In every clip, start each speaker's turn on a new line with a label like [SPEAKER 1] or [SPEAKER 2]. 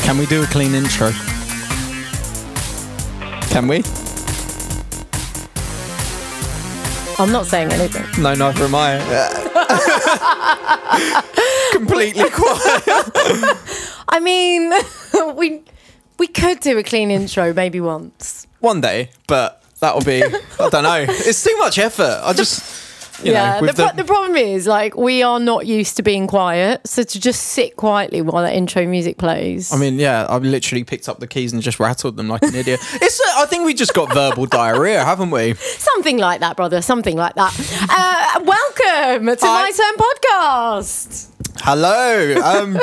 [SPEAKER 1] Can we do a clean intro? Can we?
[SPEAKER 2] I'm not saying anything.
[SPEAKER 1] No, neither am I. Completely quiet.
[SPEAKER 2] I mean, we we could do a clean intro maybe once.
[SPEAKER 1] One day, but that'll be, I don't know. It's too much effort. I just, you know,
[SPEAKER 2] the,
[SPEAKER 1] with
[SPEAKER 2] pro-
[SPEAKER 1] the,
[SPEAKER 2] the problem is like we are not used to being quiet, so to just sit quietly while that intro music plays.
[SPEAKER 1] I mean, yeah, I've literally picked up the keys and just rattled them like an idiot. It's, uh, I think we just got verbal diarrhea, haven't we?
[SPEAKER 2] something like that, brother. Something like that. Uh, welcome to
[SPEAKER 1] Hi.
[SPEAKER 2] my turn podcast.
[SPEAKER 1] Hello. Um,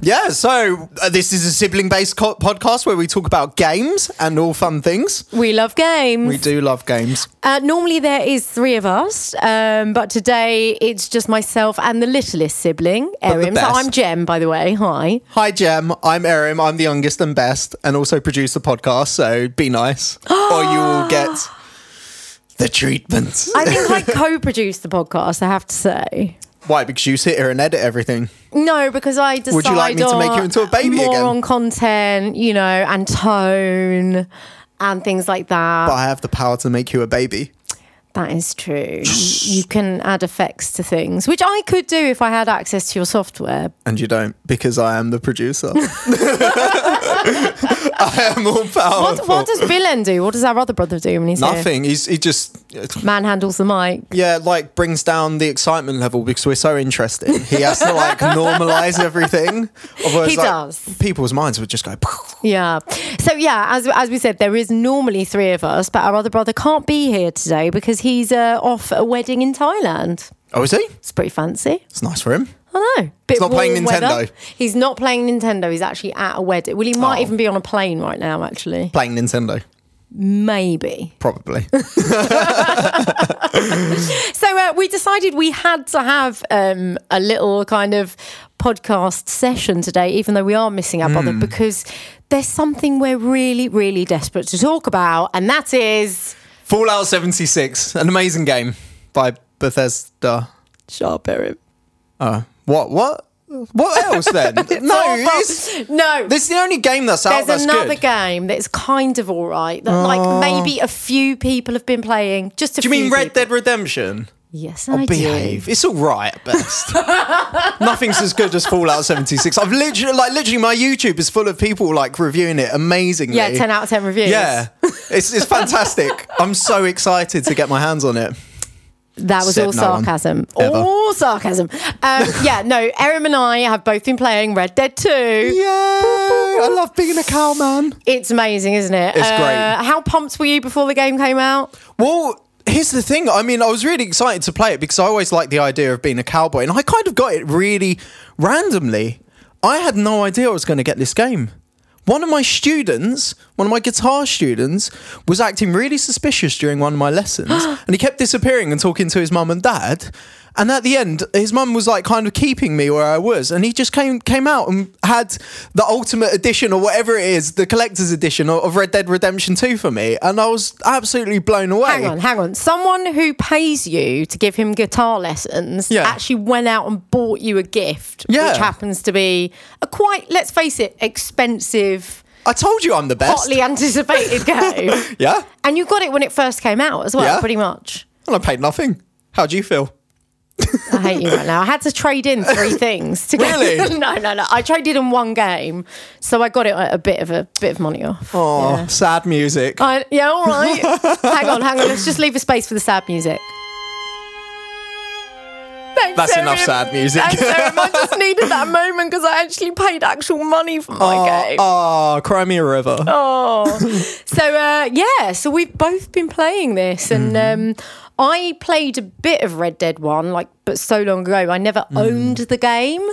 [SPEAKER 1] yeah, so uh, this is a sibling based co- podcast where we talk about games and all fun things.
[SPEAKER 2] We love games.
[SPEAKER 1] We do love games.
[SPEAKER 2] Uh, normally there is three of us, um, but today it's just myself and the littlest sibling,
[SPEAKER 1] the
[SPEAKER 2] Erin. So
[SPEAKER 1] best.
[SPEAKER 2] I'm Jem, by the way. Hi.
[SPEAKER 1] Hi, Jem. I'm Erin. I'm the youngest and best, and also produce the podcast, so be nice. or you will get the treatment.
[SPEAKER 2] I think I co-produced the podcast. I have to say.
[SPEAKER 1] Why? Because you sit here and edit everything.
[SPEAKER 2] No, because I decide
[SPEAKER 1] you like me to make
[SPEAKER 2] on-
[SPEAKER 1] you into a baby
[SPEAKER 2] more
[SPEAKER 1] again?
[SPEAKER 2] on content, you know, and tone and things like that.
[SPEAKER 1] But I have the power to make you a baby.
[SPEAKER 2] that is true. you can add effects to things, which I could do if I had access to your software.
[SPEAKER 1] And you don't, because I am the producer. I am all powerful.
[SPEAKER 2] What, what does Billen do? What does our other brother do when he's here?
[SPEAKER 1] Nothing. He's, he just
[SPEAKER 2] Manhandles the mic.
[SPEAKER 1] yeah, like brings down the excitement level because we're so interested. He has to like normalize everything. Otherwise,
[SPEAKER 2] He
[SPEAKER 1] like,
[SPEAKER 2] does.
[SPEAKER 1] People's minds would just go.
[SPEAKER 2] Yeah. So yeah, as as we said, there is normally three of us, but our other brother can't be here today because he's uh, off at a wedding in Thailand.
[SPEAKER 1] Oh, is he?
[SPEAKER 2] It's pretty fancy.
[SPEAKER 1] It's nice for him.
[SPEAKER 2] I know. Bit
[SPEAKER 1] He's not playing
[SPEAKER 2] warm weather.
[SPEAKER 1] Nintendo.
[SPEAKER 2] He's not playing Nintendo. He's actually at a wedding. Well, he might
[SPEAKER 1] Oh.
[SPEAKER 2] even be on a plane right now. Actually,
[SPEAKER 1] Playing Nintendo,
[SPEAKER 2] maybe.
[SPEAKER 1] probably.
[SPEAKER 2] So uh, we decided we had to have um, a little kind of podcast session today, even though we are missing our
[SPEAKER 1] Hmm.
[SPEAKER 2] brother because there's something we're really, really desperate to talk about, and that is
[SPEAKER 1] Fallout 76, an amazing game by Bethesda.
[SPEAKER 2] Sharp Erin.
[SPEAKER 1] What? What? What else then? no, it's,
[SPEAKER 2] no.
[SPEAKER 1] this is the only game that's out
[SPEAKER 2] there's
[SPEAKER 1] that's
[SPEAKER 2] another
[SPEAKER 1] good. Oh.
[SPEAKER 2] game that's kind of all right. That like maybe a few people have been playing. Just a
[SPEAKER 1] Do you
[SPEAKER 2] few
[SPEAKER 1] mean Red
[SPEAKER 2] people.
[SPEAKER 1] Dead Redemption?
[SPEAKER 2] Yes, I
[SPEAKER 1] Behave. It's all right at best. Nothing's as good as Fallout 76. I've literally, like, literally, my YouTube is full of people like reviewing it
[SPEAKER 2] do.
[SPEAKER 1] amazingly.
[SPEAKER 2] Yeah, ten out of ten reviews.
[SPEAKER 1] Yeah, it's it's fantastic. I'm so excited to get my hands on it.
[SPEAKER 2] that was
[SPEAKER 1] Said
[SPEAKER 2] all
[SPEAKER 1] no one.
[SPEAKER 2] sarcasm.
[SPEAKER 1] Ever.
[SPEAKER 2] all sarcasm. Um, yeah, no. Erin and I have both been playing Red Dead Two.
[SPEAKER 1] Yay! I love being a cowman.
[SPEAKER 2] It's amazing, isn't it? Uh,
[SPEAKER 1] It's great.
[SPEAKER 2] How pumped were you before the game came out?
[SPEAKER 1] Well, here's the thing. I mean, I was really excited to play it because I always liked the idea of being a cowboy, and I kind of got it really randomly. I had no idea I was going to get this game. One of my students, one of my guitar students, was acting really suspicious during one of my lessons, and he kept disappearing and talking to his mum and dad. And at the end, his mum was like kind of keeping me where I was, and he just came came out and had the ultimate edition or whatever it is, the collector's edition of of Red Dead Redemption Two for me, and I was absolutely blown away.
[SPEAKER 2] Hang on, hang on. Someone who pays you to give him guitar lessons
[SPEAKER 1] Yeah.
[SPEAKER 2] actually went out and bought you a gift,
[SPEAKER 1] Yeah.
[SPEAKER 2] which happens to be a quite, let's face it, expensive,
[SPEAKER 1] I told you I'm the best.
[SPEAKER 2] hotly anticipated game.
[SPEAKER 1] Yeah,
[SPEAKER 2] And you got it when it first came out as well,
[SPEAKER 1] Yeah.
[SPEAKER 2] pretty much.
[SPEAKER 1] and I paid nothing. How do you feel?
[SPEAKER 2] I hate you right now. I had to trade in three things to get
[SPEAKER 1] Really?
[SPEAKER 2] no, no, no. I traded in one game, so I got it at a bit of a bit of money off.
[SPEAKER 1] Oh,
[SPEAKER 2] Yeah.
[SPEAKER 1] sad music.
[SPEAKER 2] I, yeah, all right. hang on, hang on. Let's just leave a space for the sad music. Thanks,
[SPEAKER 1] That's enough
[SPEAKER 2] Erin.
[SPEAKER 1] sad music.
[SPEAKER 2] Thanks, Erin. I just needed that moment because I actually paid actual money for my game.
[SPEAKER 1] Oh, cry me a river.
[SPEAKER 2] So uh, yeah, so we've both been playing this, and um, I played a bit of Red Dead One, like, but so long ago, I never owned the game.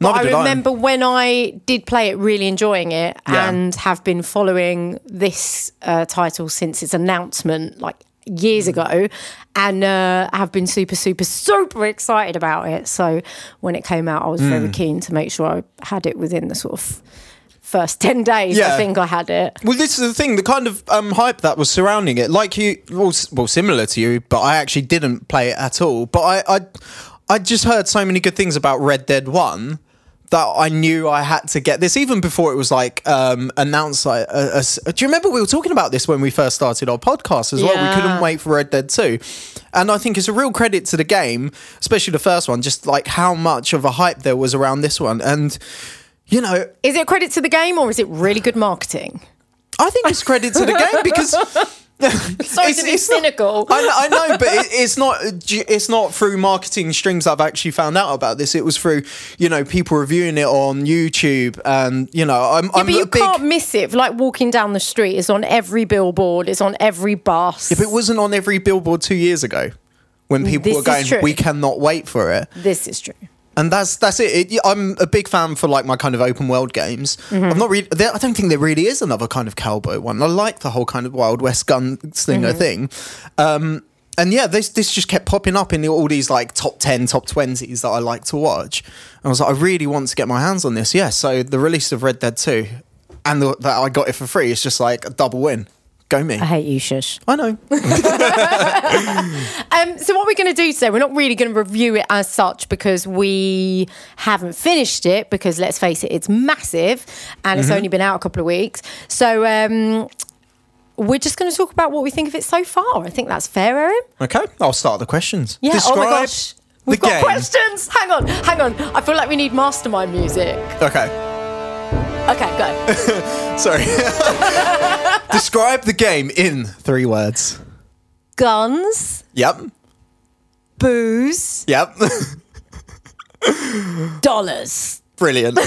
[SPEAKER 2] But
[SPEAKER 1] Neither did
[SPEAKER 2] I
[SPEAKER 1] I.
[SPEAKER 2] remember when I did play it, really enjoying it,
[SPEAKER 1] Yeah.
[SPEAKER 2] and have been following this uh, title since its announcement, like
[SPEAKER 1] Mm.
[SPEAKER 2] years ago, and uh, have been super, super, super excited about it. So when it came out, I was
[SPEAKER 1] Mm.
[SPEAKER 2] very keen to make sure I had it within the sort of first ten days. I
[SPEAKER 1] Yeah.
[SPEAKER 2] think I had it.
[SPEAKER 1] Well, this is the thing, the kind of um, hype that was surrounding it, like you, well, s- well, similar to you, but I actually didn't play it at all. But I, I, I just heard so many good things about Red Dead One that I knew I had to get this even before it was like um, announced. Like, uh, uh, do you remember we were talking about this when we first started our podcast as well?
[SPEAKER 2] Yeah.
[SPEAKER 1] We couldn't wait for Red Dead Two, and I think it's a real credit to the game, especially the first one, just like how much of a hype there was around this one, and you know,
[SPEAKER 2] Is it credit to the game or is it really good marketing?
[SPEAKER 1] I think it's credit to the game because.
[SPEAKER 2] Sorry to be cynical.
[SPEAKER 1] Not, I, know- I know, but it, it's not. It's not through marketing streams. I've actually found out about this. It was through you know people reviewing it on YouTube, and you know I'm. I'm
[SPEAKER 2] but
[SPEAKER 1] a
[SPEAKER 2] you
[SPEAKER 1] big,
[SPEAKER 2] can't miss it. Like walking down the street, it's on every billboard, it's on every bus.
[SPEAKER 1] If it wasn't on every billboard two years ago, when people
[SPEAKER 2] Mm, This
[SPEAKER 1] were
[SPEAKER 2] is
[SPEAKER 1] going,
[SPEAKER 2] true.
[SPEAKER 1] we cannot wait for it.
[SPEAKER 2] this is true.
[SPEAKER 1] and that's that's it. it. I'm a big fan for like my kind of open world games.
[SPEAKER 2] Mm-hmm.
[SPEAKER 1] I'm not really. There, I don't think there really is another kind of cowboy one. I like the whole kind of Wild West gunslinger
[SPEAKER 2] Mm-hmm.
[SPEAKER 1] thing. Um, and yeah, this this just kept popping up in the, all these like top ten, top twenties that I like to watch. And I was like, I really want to get my hands on this. Yeah. So the release of Red Dead Two, and the, that I got it for free is just like a double win. Go me.
[SPEAKER 2] I hate you, shush.
[SPEAKER 1] I know.
[SPEAKER 2] Um, so what we're going to do today, we're not really going to review it as such because we haven't finished it. Because let's face it, it's massive, and
[SPEAKER 1] Mm-hmm.
[SPEAKER 2] it's only been out a couple of weeks. So um, we're just going to talk about what we think of it so far. I think that's fair, Erin.
[SPEAKER 1] Okay, I'll start the questions.
[SPEAKER 2] Yeah. oh my
[SPEAKER 1] Describe
[SPEAKER 2] gosh, we've
[SPEAKER 1] the
[SPEAKER 2] got
[SPEAKER 1] game.
[SPEAKER 2] questions. Hang on, hang on. I feel like we need mastermind music.
[SPEAKER 1] Okay.
[SPEAKER 2] Okay, go.
[SPEAKER 1] Sorry. Describe the game in three words.
[SPEAKER 2] Guns,
[SPEAKER 1] Yep.
[SPEAKER 2] booze,
[SPEAKER 1] Yep.
[SPEAKER 2] dollars.
[SPEAKER 1] Brilliant. Mine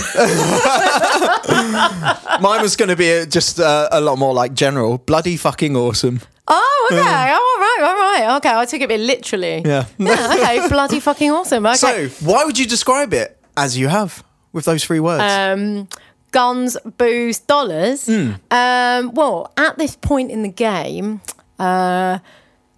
[SPEAKER 1] was going to be uh, just uh, a lot more like general. Bloody fucking awesome.
[SPEAKER 2] Oh, okay. Oh, all right, all right. Okay, I took it a bit literally.
[SPEAKER 1] Yeah.
[SPEAKER 2] Yeah, okay, bloody fucking awesome. Okay.
[SPEAKER 1] So, why would you describe it as you have with those three words?
[SPEAKER 2] um, guns, booze, dollars.
[SPEAKER 1] Hmm.
[SPEAKER 2] Um, well, at this point in the game, uh,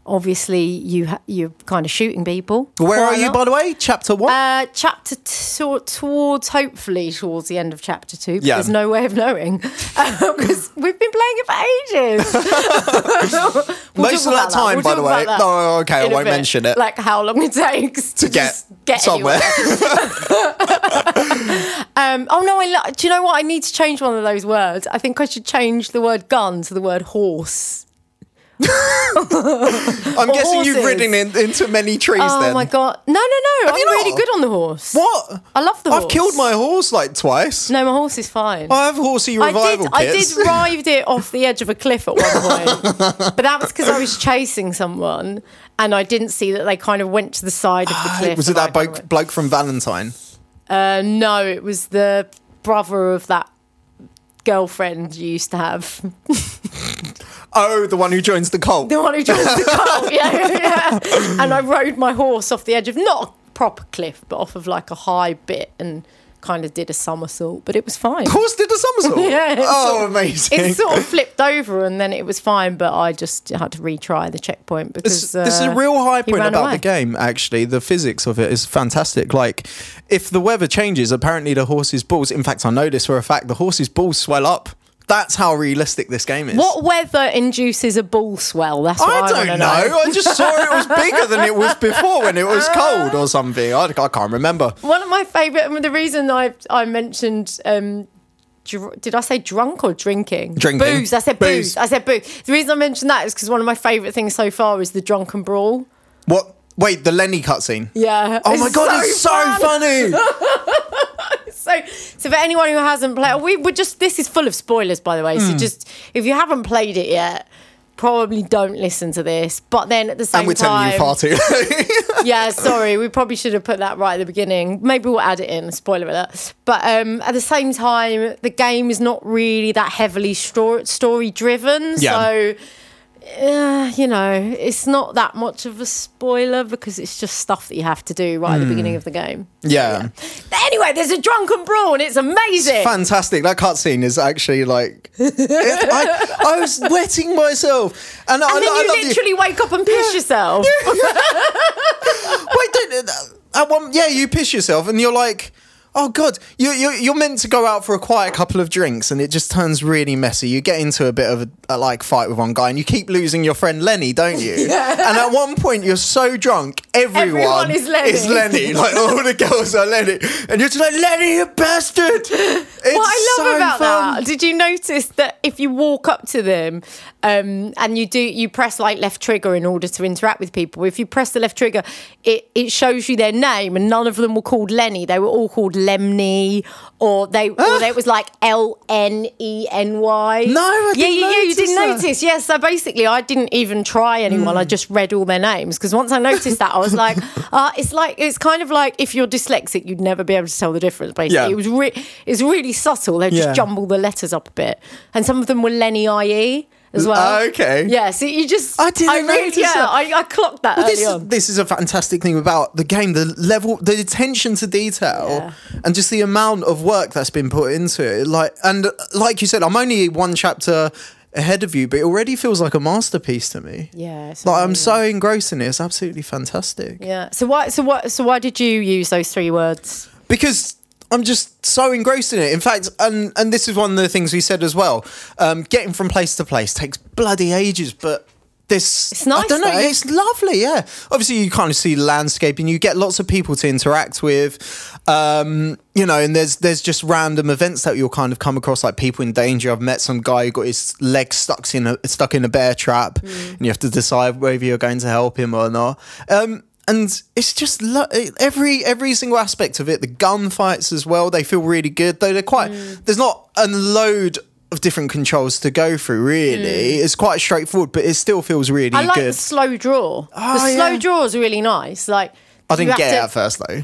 [SPEAKER 2] obviously you ha- you're kind of shooting people.
[SPEAKER 1] Where
[SPEAKER 2] Why
[SPEAKER 1] are you,
[SPEAKER 2] not?
[SPEAKER 1] by the way? Chapter one?
[SPEAKER 2] Uh, chapter t- towards hopefully towards the end of chapter two. But
[SPEAKER 1] Yeah.
[SPEAKER 2] There's no way of knowing because we've been playing it for ages. We'll
[SPEAKER 1] Most of
[SPEAKER 2] talk
[SPEAKER 1] that
[SPEAKER 2] about
[SPEAKER 1] time,
[SPEAKER 2] We'll
[SPEAKER 1] by
[SPEAKER 2] talk
[SPEAKER 1] the way.
[SPEAKER 2] about that
[SPEAKER 1] No, okay, I
[SPEAKER 2] in a
[SPEAKER 1] won't
[SPEAKER 2] bit.
[SPEAKER 1] mention it.
[SPEAKER 2] Like how long it takes to,
[SPEAKER 1] to get,
[SPEAKER 2] just get
[SPEAKER 1] somewhere.
[SPEAKER 2] anywhere. Um, oh no! I lo- do you know what? I need to change one of those words. I think I should change the word gun to the word horse.
[SPEAKER 1] I'm guessing you've
[SPEAKER 2] horses.
[SPEAKER 1] ridden in, into many trees
[SPEAKER 2] Oh
[SPEAKER 1] then.
[SPEAKER 2] my god! No, no, no! I'm
[SPEAKER 1] you not?
[SPEAKER 2] really good on the horse.
[SPEAKER 1] What?
[SPEAKER 2] I love the
[SPEAKER 1] I've
[SPEAKER 2] horse.
[SPEAKER 1] killed my horse like twice.
[SPEAKER 2] No, my horse is fine.
[SPEAKER 1] I have horsey
[SPEAKER 2] I
[SPEAKER 1] revival
[SPEAKER 2] did. I
[SPEAKER 1] kits.
[SPEAKER 2] did ride it off the edge of a cliff at one point, but that was because I was chasing someone and I didn't see that they kind of went to the side of the cliff.
[SPEAKER 1] Was it
[SPEAKER 2] and I
[SPEAKER 1] that
[SPEAKER 2] kind of
[SPEAKER 1] bloke, bloke from Valentine?
[SPEAKER 2] went- Uh, no, it was the brother of that girlfriend you used to have.
[SPEAKER 1] Oh, the one who joins the cult.
[SPEAKER 2] The one who joins the cult. Yeah, yeah. And I rode my horse off the edge of not a proper cliff, but off of like a high bit and kind of did a somersault, but it was fine.
[SPEAKER 1] Horse did a somersault.
[SPEAKER 2] Yeah, it's
[SPEAKER 1] Oh,
[SPEAKER 2] sort
[SPEAKER 1] amazing.
[SPEAKER 2] It sort of flipped over and then it was fine, but I just had to retry the checkpoint because
[SPEAKER 1] this, this is a
[SPEAKER 2] uh,
[SPEAKER 1] real high
[SPEAKER 2] he
[SPEAKER 1] point
[SPEAKER 2] ran
[SPEAKER 1] about
[SPEAKER 2] away.
[SPEAKER 1] the game, actually. The physics of it is fantastic. Like, if the weather changes, apparently the horse's balls, in fact, I know this for a fact, the horse's balls swell up. That's how realistic this game is.
[SPEAKER 2] What weather induces a ball swell? That's what I,
[SPEAKER 1] I don't
[SPEAKER 2] wanna
[SPEAKER 1] know. I just saw it was bigger than it was before when it was cold or something. I, I can't remember.
[SPEAKER 2] One of my favourite, and the reason I I mentioned, um, dr- did I say drunk or drinking?
[SPEAKER 1] Drinking.
[SPEAKER 2] Booze. I said booze.
[SPEAKER 1] Booze.
[SPEAKER 2] I said booze. The reason I mentioned that is because one of my favourite things so far is the drunken brawl.
[SPEAKER 1] What? Wait, the Lenny cutscene.
[SPEAKER 2] Yeah.
[SPEAKER 1] Oh my god, it's so
[SPEAKER 2] fun.
[SPEAKER 1] funny.
[SPEAKER 2] So, so for anyone who hasn't played, we we're just this is full of spoilers, by the way.
[SPEAKER 1] Hmm.
[SPEAKER 2] So just if you haven't played it yet, probably don't listen to this. But then at the same
[SPEAKER 1] and we're telling
[SPEAKER 2] time,
[SPEAKER 1] you far too.
[SPEAKER 2] yeah, sorry, we probably should have put that right at the beginning. Maybe we'll add it in, spoiler alert. But um, at the same time, the game is not really that heavily story driven.
[SPEAKER 1] Yeah.
[SPEAKER 2] So, uh, you know, it's not that much of a spoiler because it's just stuff that you have to do
[SPEAKER 1] Hmm.
[SPEAKER 2] right at the beginning of the game.
[SPEAKER 1] yeah.
[SPEAKER 2] But anyway, there's a drunken brawl and it's amazing.
[SPEAKER 1] fantastic. That cutscene is actually like it- I, I was wetting myself, and, I,
[SPEAKER 2] And then
[SPEAKER 1] I
[SPEAKER 2] you
[SPEAKER 1] love
[SPEAKER 2] literally wake up and piss yourself.
[SPEAKER 1] uh, Wait, don't, at one, yeah, you piss yourself, and you're like, Oh god, you, you you're meant to go out for a quiet couple of drinks, and it just turns really messy. You get into a bit of a, a like fight with one guy, and you keep losing your friend Lenny, don't you? And at one point, you're so drunk, everyone,
[SPEAKER 2] Everyone is Lenny.
[SPEAKER 1] Lenny. Like all the girls are Lenny, and you're just like Lenny, you bastard. It's
[SPEAKER 2] what I love
[SPEAKER 1] so
[SPEAKER 2] about
[SPEAKER 1] fun.
[SPEAKER 2] that. Did you notice that if you walk up to them um, and you do you press like left trigger in order to interact with people, if you press the left trigger, it, it shows you their name and none of them were called Lenny. They were all called Lemny or they or it was like L N E N Y.
[SPEAKER 1] No, I
[SPEAKER 2] yeah,
[SPEAKER 1] didn't
[SPEAKER 2] yeah, yeah, you
[SPEAKER 1] notice
[SPEAKER 2] didn't
[SPEAKER 1] that.
[SPEAKER 2] notice. Yeah, so basically I didn't even try anyone.
[SPEAKER 1] Hmm.
[SPEAKER 2] I just read all their names because once I noticed that I was like, uh, it's like it's kind of like if you're dyslexic, you'd never be able to tell the difference. Basically,
[SPEAKER 1] Yeah.
[SPEAKER 2] it was re- it's really subtle. They just
[SPEAKER 1] Yeah.
[SPEAKER 2] jumble the letters up a bit, and some of them were Lenny IE as well.
[SPEAKER 1] Ah, okay.
[SPEAKER 2] Yeah, so you just
[SPEAKER 1] I didn't
[SPEAKER 2] really,
[SPEAKER 1] notice
[SPEAKER 2] yeah,
[SPEAKER 1] that.
[SPEAKER 2] I, I clocked that
[SPEAKER 1] Well,
[SPEAKER 2] early
[SPEAKER 1] this,
[SPEAKER 2] on.
[SPEAKER 1] this is a fantastic thing about the game the level the attention to detail and just the amount of work that's been put into it like and uh, like you said i'm only one chapter ahead of you but it already feels like a masterpiece to me
[SPEAKER 2] Yeah, it's
[SPEAKER 1] like i'm
[SPEAKER 2] amazing.
[SPEAKER 1] so engrossed in it it's absolutely fantastic
[SPEAKER 2] Yeah. So why? So what? So why did you use those three words?
[SPEAKER 1] because I'm just so engrossed in it. In fact, and and this is one of the things we said as well. Um, getting from place to place takes bloody ages, but this
[SPEAKER 2] It's nice,
[SPEAKER 1] I don't know.
[SPEAKER 2] though.
[SPEAKER 1] It's lovely. Yeah. Obviously, you kind of see the landscape, and you get lots of people to interact with. Um, you know, and there's there's just random events that you'll kind of come across, like people in danger. I've met some guy who got his leg stuck in a stuck in a bear trap,
[SPEAKER 2] Mm.
[SPEAKER 1] and you have to decide whether you're going to help him or not. Um, and it's just lo- every every single aspect of it. The gunfights as well. They feel really good, though. They're quite.
[SPEAKER 2] Mm.
[SPEAKER 1] There's not a load of different controls to go through. Really, it's quite straightforward, but it still feels really
[SPEAKER 2] Mm. I like the
[SPEAKER 1] good.
[SPEAKER 2] slow draw.
[SPEAKER 1] Oh,
[SPEAKER 2] the slow
[SPEAKER 1] yeah.
[SPEAKER 2] draw is really nice. Like
[SPEAKER 1] I
[SPEAKER 2] you
[SPEAKER 1] didn't
[SPEAKER 2] have
[SPEAKER 1] get
[SPEAKER 2] to-
[SPEAKER 1] it at first though.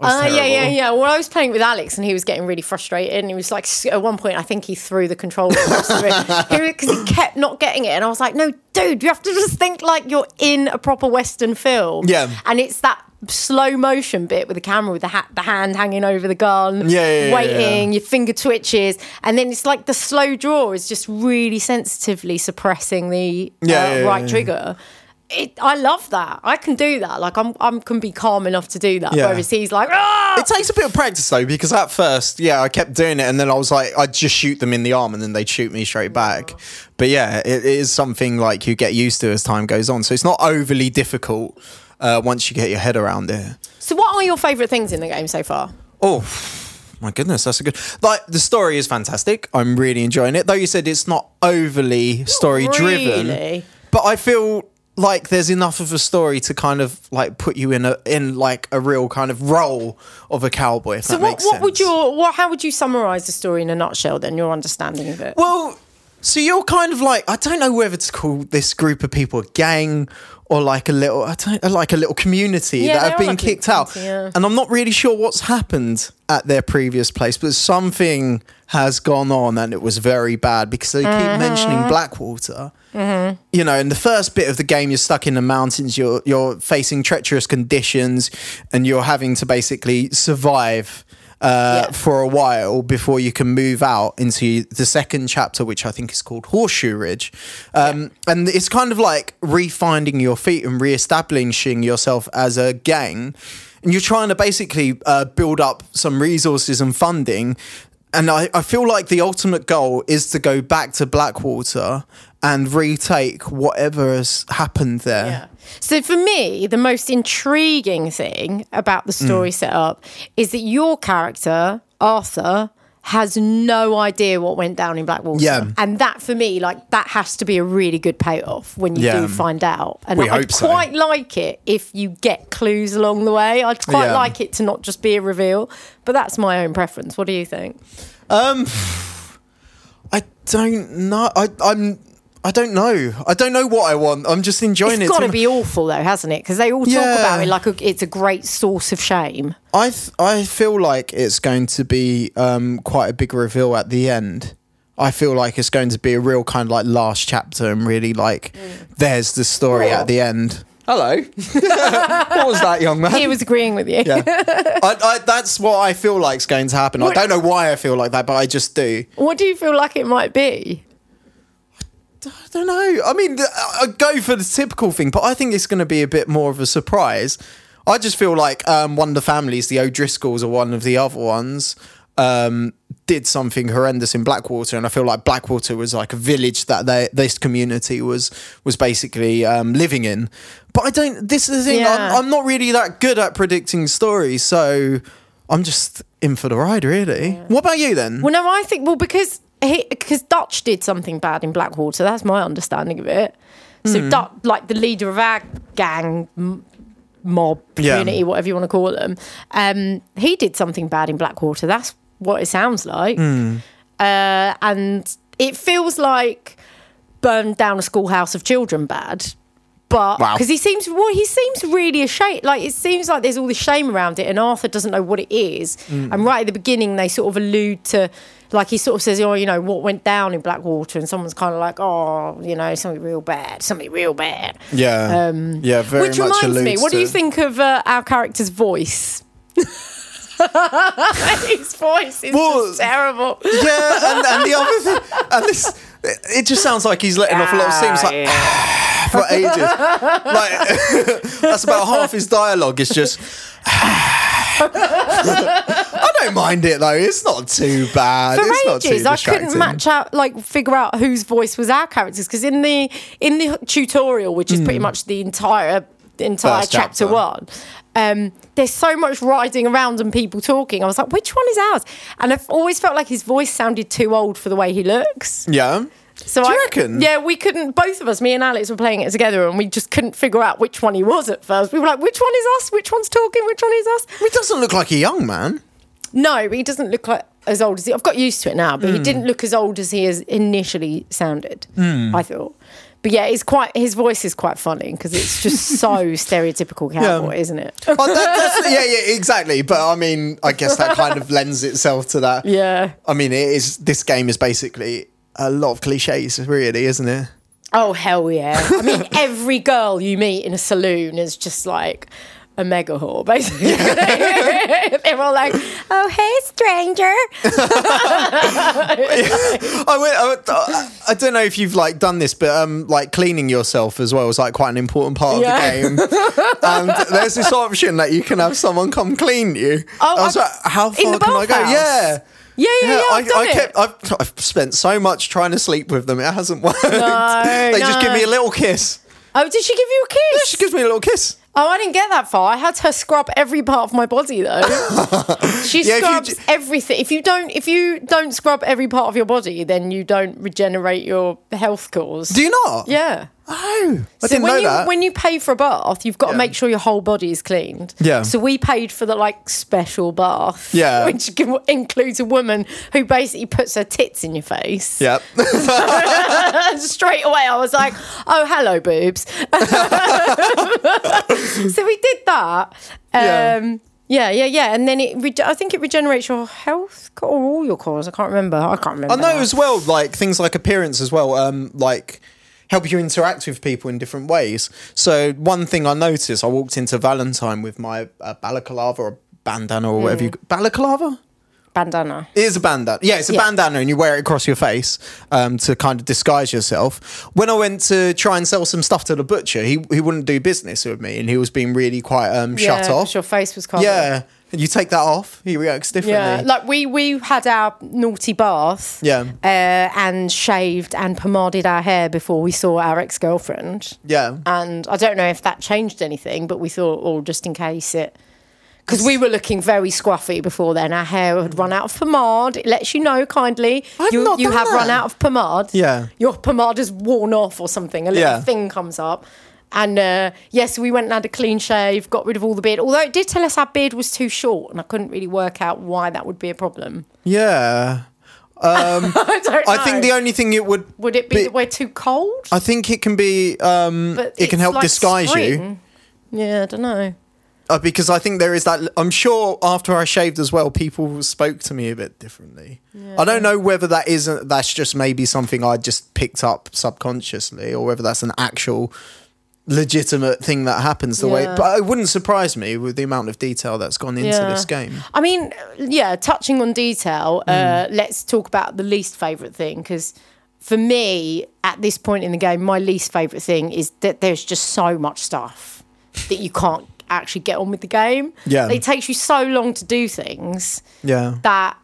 [SPEAKER 2] Oh yeah, yeah, yeah. Well, I was playing with Alex, and he was getting really frustrated. And he was like, s- at one point, I think he threw the controller across the room because he kept not getting it. And I was like, no, dude, you have to just think like you're in a proper Western film.
[SPEAKER 1] Yeah.
[SPEAKER 2] And it's that slow motion bit with the camera with the hat, the hand hanging over the gun.
[SPEAKER 1] Yeah, yeah, yeah,
[SPEAKER 2] waiting.
[SPEAKER 1] yeah.
[SPEAKER 2] Your finger twitches, and then it's like the slow draw is just really sensitively suppressing the uh,
[SPEAKER 1] Yeah, yeah, yeah,
[SPEAKER 2] right
[SPEAKER 1] yeah.
[SPEAKER 2] trigger. It, I love that. I can do that. Like I'm, I'm can be calm enough to do that.
[SPEAKER 1] Yeah.
[SPEAKER 2] Whereas he's like, ah,
[SPEAKER 1] It takes a bit of practice though, because at first, yeah, I kept doing it, and then I was like, I'd just shoot them in the arm, and then they'd shoot me straight back. But yeah, it, it is something like you get used to as time goes on. So it's not overly difficult uh, once you get your head around it.
[SPEAKER 2] So, what are your favourite things in the game so far?
[SPEAKER 1] Oh my goodness, that's a good. Like the story is fantastic. I'm really enjoying it. Though you said it's not overly story driven,
[SPEAKER 2] really.
[SPEAKER 1] but I feel like there's enough of a story to kind of like put you in a in like a real kind of role of a cowboy. If
[SPEAKER 2] So,
[SPEAKER 1] that
[SPEAKER 2] what,
[SPEAKER 1] makes
[SPEAKER 2] what would
[SPEAKER 1] sense.
[SPEAKER 2] your what, how would you summarise the story in a nutshell? Then your understanding of it.
[SPEAKER 1] Well, so you're kind of like I don't know whether to call this group of people a gang or like a little I don't like a little community
[SPEAKER 2] Yeah,
[SPEAKER 1] that
[SPEAKER 2] they
[SPEAKER 1] have
[SPEAKER 2] are
[SPEAKER 1] been
[SPEAKER 2] like a
[SPEAKER 1] kicked out.
[SPEAKER 2] community, yeah.
[SPEAKER 1] And I'm not really sure what's happened at their previous place, but something has gone on and it was very bad because they keep mentioning
[SPEAKER 2] Mm-hmm.
[SPEAKER 1] Blackwater. You know, in the first bit of the game, you're stuck in the mountains. You're you're facing treacherous conditions, and you're having to basically survive uh,
[SPEAKER 2] Yeah.
[SPEAKER 1] for a while before you can move out into the second chapter, which I think is called Horseshoe Ridge. Um, And it's kind of like refinding your feet and reestablishing yourself as a gang. And you're trying to basically uh, build up some resources and funding. And I, I feel like the ultimate goal is to go back to Blackwater and retake whatever has happened there.
[SPEAKER 2] Yeah. So for me, the most intriguing thing about the
[SPEAKER 1] Mm.
[SPEAKER 2] story setup is that your character, Arthur, has no idea what went down in Blackwater.
[SPEAKER 1] Yeah.
[SPEAKER 2] And that for me, like that has to be a really good payoff when you
[SPEAKER 1] Yeah.
[SPEAKER 2] do find out. And
[SPEAKER 1] We
[SPEAKER 2] I'd
[SPEAKER 1] hope so.
[SPEAKER 2] quite like it if you get clues along the way. I'd quite
[SPEAKER 1] Yeah.
[SPEAKER 2] like it to not just be a reveal. But that's my own preference. What do you think?
[SPEAKER 1] I don't know. I, I'm. I don't know. I don't know what I want. I'm just enjoying
[SPEAKER 2] It's
[SPEAKER 1] it.
[SPEAKER 2] got to be awful though, hasn't it? Because they all talk
[SPEAKER 1] Yeah.
[SPEAKER 2] about it like a, it's a great source of shame.
[SPEAKER 1] I th- I feel like it's going to be um, quite a big reveal at the end. I feel like it's going to be a real kind of like last chapter and really like
[SPEAKER 2] Mm.
[SPEAKER 1] there's the story
[SPEAKER 2] Aw.
[SPEAKER 1] at the end. Hello, what was that, young man?
[SPEAKER 2] He was agreeing with you.
[SPEAKER 1] Yeah. I, I, that's what I feel like's going to happen. I don't know why I feel like that, but I just do.
[SPEAKER 2] What do you feel like it might be?
[SPEAKER 1] I uh, don't know. I mean, th- I I go for the typical thing, but I think it's going to be a bit more of a surprise. I just feel like um, one of the families, the O'Driscolls or one of the other ones, um, did something horrendous in Blackwater, and I feel like Blackwater was like a village that they, this community was was basically um, living in. But I don't. This is the thing.
[SPEAKER 2] Yeah.
[SPEAKER 1] I'm, I'm not really that good at predicting stories, so I'm just in for the ride, really. What about you then?
[SPEAKER 2] Well, no, I think well because because Dutch did something bad in Blackwater. That's my understanding of it. So Dutch, like the leader of our gang. M- mob
[SPEAKER 1] Yeah.
[SPEAKER 2] community whatever you want to call them um he did something bad in blackwater that's what it sounds like uh and it feels like burned down a schoolhouse of children bad but
[SPEAKER 1] Wow.
[SPEAKER 2] because he seems well, he seems really ashamed. Like it seems like there's all this shame around it, and Arthur doesn't know what it is.
[SPEAKER 1] Mm.
[SPEAKER 2] And right at the beginning, they sort of allude to, like he sort of says, "Oh, you know what went down in Blackwater," and someone's kind of like, "Oh, you know, something real bad, something real bad."
[SPEAKER 1] yeah, um, yeah, very
[SPEAKER 2] Which
[SPEAKER 1] much
[SPEAKER 2] reminds me,
[SPEAKER 1] alludes
[SPEAKER 2] what do
[SPEAKER 1] to-
[SPEAKER 2] you think of uh, our character's voice? His voice is
[SPEAKER 1] Well,
[SPEAKER 2] just terrible.
[SPEAKER 1] Yeah, and, and the other thing, and this, it just sounds like he's letting off a lot of steam. It's like for ages. Like that's about half his dialogue. It's just. I don't mind it though. It's not too bad. it's
[SPEAKER 2] for
[SPEAKER 1] not too
[SPEAKER 2] ages I couldn't
[SPEAKER 1] distracting.
[SPEAKER 2] match out like figure out whose voice was our characters because in the in the tutorial which is pretty much the entire the entire
[SPEAKER 1] Hmm. First
[SPEAKER 2] chapter,
[SPEAKER 1] chapter.
[SPEAKER 2] one um there's so much riding around and people talking I was like which one is ours and I've always felt like his voice sounded too old for the way he looks
[SPEAKER 1] Yeah.
[SPEAKER 2] so
[SPEAKER 1] Do you
[SPEAKER 2] I,
[SPEAKER 1] reckon?
[SPEAKER 2] Yeah, we couldn't. Both of us, me and Alex, were playing it together, and we just couldn't figure out which one he was at first. We were like, "Which one is us? Which one's talking? Which one is us?"
[SPEAKER 1] He doesn't look like a young man.
[SPEAKER 2] No, but he doesn't look like as old as he. I've got used to it now,
[SPEAKER 1] Hmm.
[SPEAKER 2] but he didn't look as old as he has initially sounded.
[SPEAKER 1] Hmm.
[SPEAKER 2] I thought, but yeah, it's quite his voice is quite funny because it's just so stereotypical cowboy, isn't it?
[SPEAKER 1] Oh, that, that's, yeah, yeah, exactly. But I mean, I guess that kind of lends itself to that.
[SPEAKER 2] Yeah.
[SPEAKER 1] I mean, it is. This game is basically a lot of cliches, really, isn't it?
[SPEAKER 2] Oh hell yeah! I mean, every girl you meet in a saloon is just like a mega whore, basically. They're all like, "Oh hey, stranger." Oh,
[SPEAKER 1] I, went, I, went- I don't know if you've like done this, but um, like cleaning yourself as well is like quite an important part
[SPEAKER 2] Yeah.
[SPEAKER 1] of the game. and there's this option that you can have someone come clean you.
[SPEAKER 2] Oh,
[SPEAKER 1] I was
[SPEAKER 2] I-
[SPEAKER 1] like, how far
[SPEAKER 2] in the
[SPEAKER 1] can I go?
[SPEAKER 2] bathhouse?
[SPEAKER 1] Yeah.
[SPEAKER 2] Yeah, yeah, yeah. I've
[SPEAKER 1] I,
[SPEAKER 2] done
[SPEAKER 1] I
[SPEAKER 2] it.
[SPEAKER 1] kept. I've, I've spent so much trying to sleep with them. It hasn't worked. they just give
[SPEAKER 2] no.
[SPEAKER 1] me a little kiss.
[SPEAKER 2] oh, did she give you a kiss?
[SPEAKER 1] She gives me a little kiss.
[SPEAKER 2] Oh, I didn't get that far. I had her scrub every part of my body though. she
[SPEAKER 1] Yeah, if you
[SPEAKER 2] scrubs
[SPEAKER 1] ju-
[SPEAKER 2] everything. If you don't, if you don't scrub every part of your body, then you don't regenerate your health cause.
[SPEAKER 1] Do you not?
[SPEAKER 2] yeah.
[SPEAKER 1] Oh, I
[SPEAKER 2] So
[SPEAKER 1] didn't
[SPEAKER 2] when
[SPEAKER 1] know
[SPEAKER 2] you
[SPEAKER 1] that.
[SPEAKER 2] when you pay for a bath, you've got to make sure your whole body is cleaned.
[SPEAKER 1] Yeah.
[SPEAKER 2] So we paid for the like special bath.
[SPEAKER 1] Yeah.
[SPEAKER 2] Which can- includes a woman who basically puts her tits in your face.
[SPEAKER 1] yep.
[SPEAKER 2] And straight away I was like, oh hello boobs. so we did that.
[SPEAKER 1] Yeah.
[SPEAKER 2] Um, yeah, yeah, yeah, and then it. Rege- I think it regenerates your health co- or all your cause. I can't remember. I can't remember.
[SPEAKER 1] I know
[SPEAKER 2] now.
[SPEAKER 1] as well, like things like appearance as well, um, like help you interact with people in different ways. So one thing I noticed, I walked into Valentine with my uh, balaclava or bandana or whatever you Mm. balaclava.
[SPEAKER 2] bandana.
[SPEAKER 1] It is a bandana. Yeah, it's a
[SPEAKER 2] Yeah.
[SPEAKER 1] bandana, and you wear it across your face um, to kind of disguise yourself. When I went to try and sell some stuff to the butcher, he he wouldn't do business with me, and he was being really quite um, shut
[SPEAKER 2] Yeah, 'cause
[SPEAKER 1] off.
[SPEAKER 2] Your face was covered.
[SPEAKER 1] Yeah, and you take that off, he reacts differently.
[SPEAKER 2] Yeah, like we we had our naughty bath.
[SPEAKER 1] Yeah.
[SPEAKER 2] Uh, and shaved and pomaded our hair before we saw our ex girlfriend.
[SPEAKER 1] yeah.
[SPEAKER 2] And I don't know if that changed anything, but we thought, oh, just in case it. Because we were looking very scruffy before then. Our hair had run out of pomade. It lets you know kindly.
[SPEAKER 1] I've
[SPEAKER 2] you
[SPEAKER 1] not
[SPEAKER 2] you
[SPEAKER 1] done
[SPEAKER 2] have run
[SPEAKER 1] that.
[SPEAKER 2] out of pomade.
[SPEAKER 1] Yeah.
[SPEAKER 2] Your pomade is worn off or something. A little
[SPEAKER 1] Yeah.
[SPEAKER 2] thing comes up. And uh, yes, we went and had a clean shave, got rid of all the beard. Although it did tell us our beard was too short, and I couldn't really work out why that would be a problem.
[SPEAKER 1] yeah.
[SPEAKER 2] I don't
[SPEAKER 1] I think
[SPEAKER 2] know.
[SPEAKER 1] the only thing it would
[SPEAKER 2] would it be
[SPEAKER 1] but-
[SPEAKER 2] that we're too cold?
[SPEAKER 1] I think it can be. Um,
[SPEAKER 2] But
[SPEAKER 1] it can
[SPEAKER 2] it's
[SPEAKER 1] help
[SPEAKER 2] like
[SPEAKER 1] disguise you
[SPEAKER 2] spring. Yeah, I don't know.
[SPEAKER 1] uh, because I think there is that. I'm sure after I shaved as well, people spoke to me a bit differently. I don't know whether that isn't. That's just maybe something I just picked up subconsciously, or whether that's an actual legitimate thing that happens the way.
[SPEAKER 2] Yeah.
[SPEAKER 1] But it wouldn't surprise me with the amount of detail that's gone into
[SPEAKER 2] Yeah.
[SPEAKER 1] this game. Mm.
[SPEAKER 2] I mean, yeah, touching on detail, uh, let's talk about the least favourite thing because for me, at this point in the game, my least favourite thing is that there's just so much stuff that you can't actually get on with the game.
[SPEAKER 1] Yeah.
[SPEAKER 2] It takes you so long to do things
[SPEAKER 1] Yeah.
[SPEAKER 2] that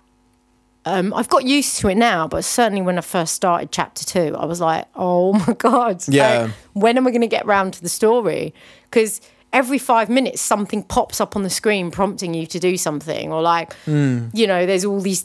[SPEAKER 2] um, I've got used to it now, but certainly when I first started chapter two, I was like, oh my God. like,
[SPEAKER 1] Yeah.
[SPEAKER 2] when am I going to get round to the story? Because every five minutes, something pops up on the screen prompting you to do something, or like,
[SPEAKER 1] Hmm.
[SPEAKER 2] you know, there's all these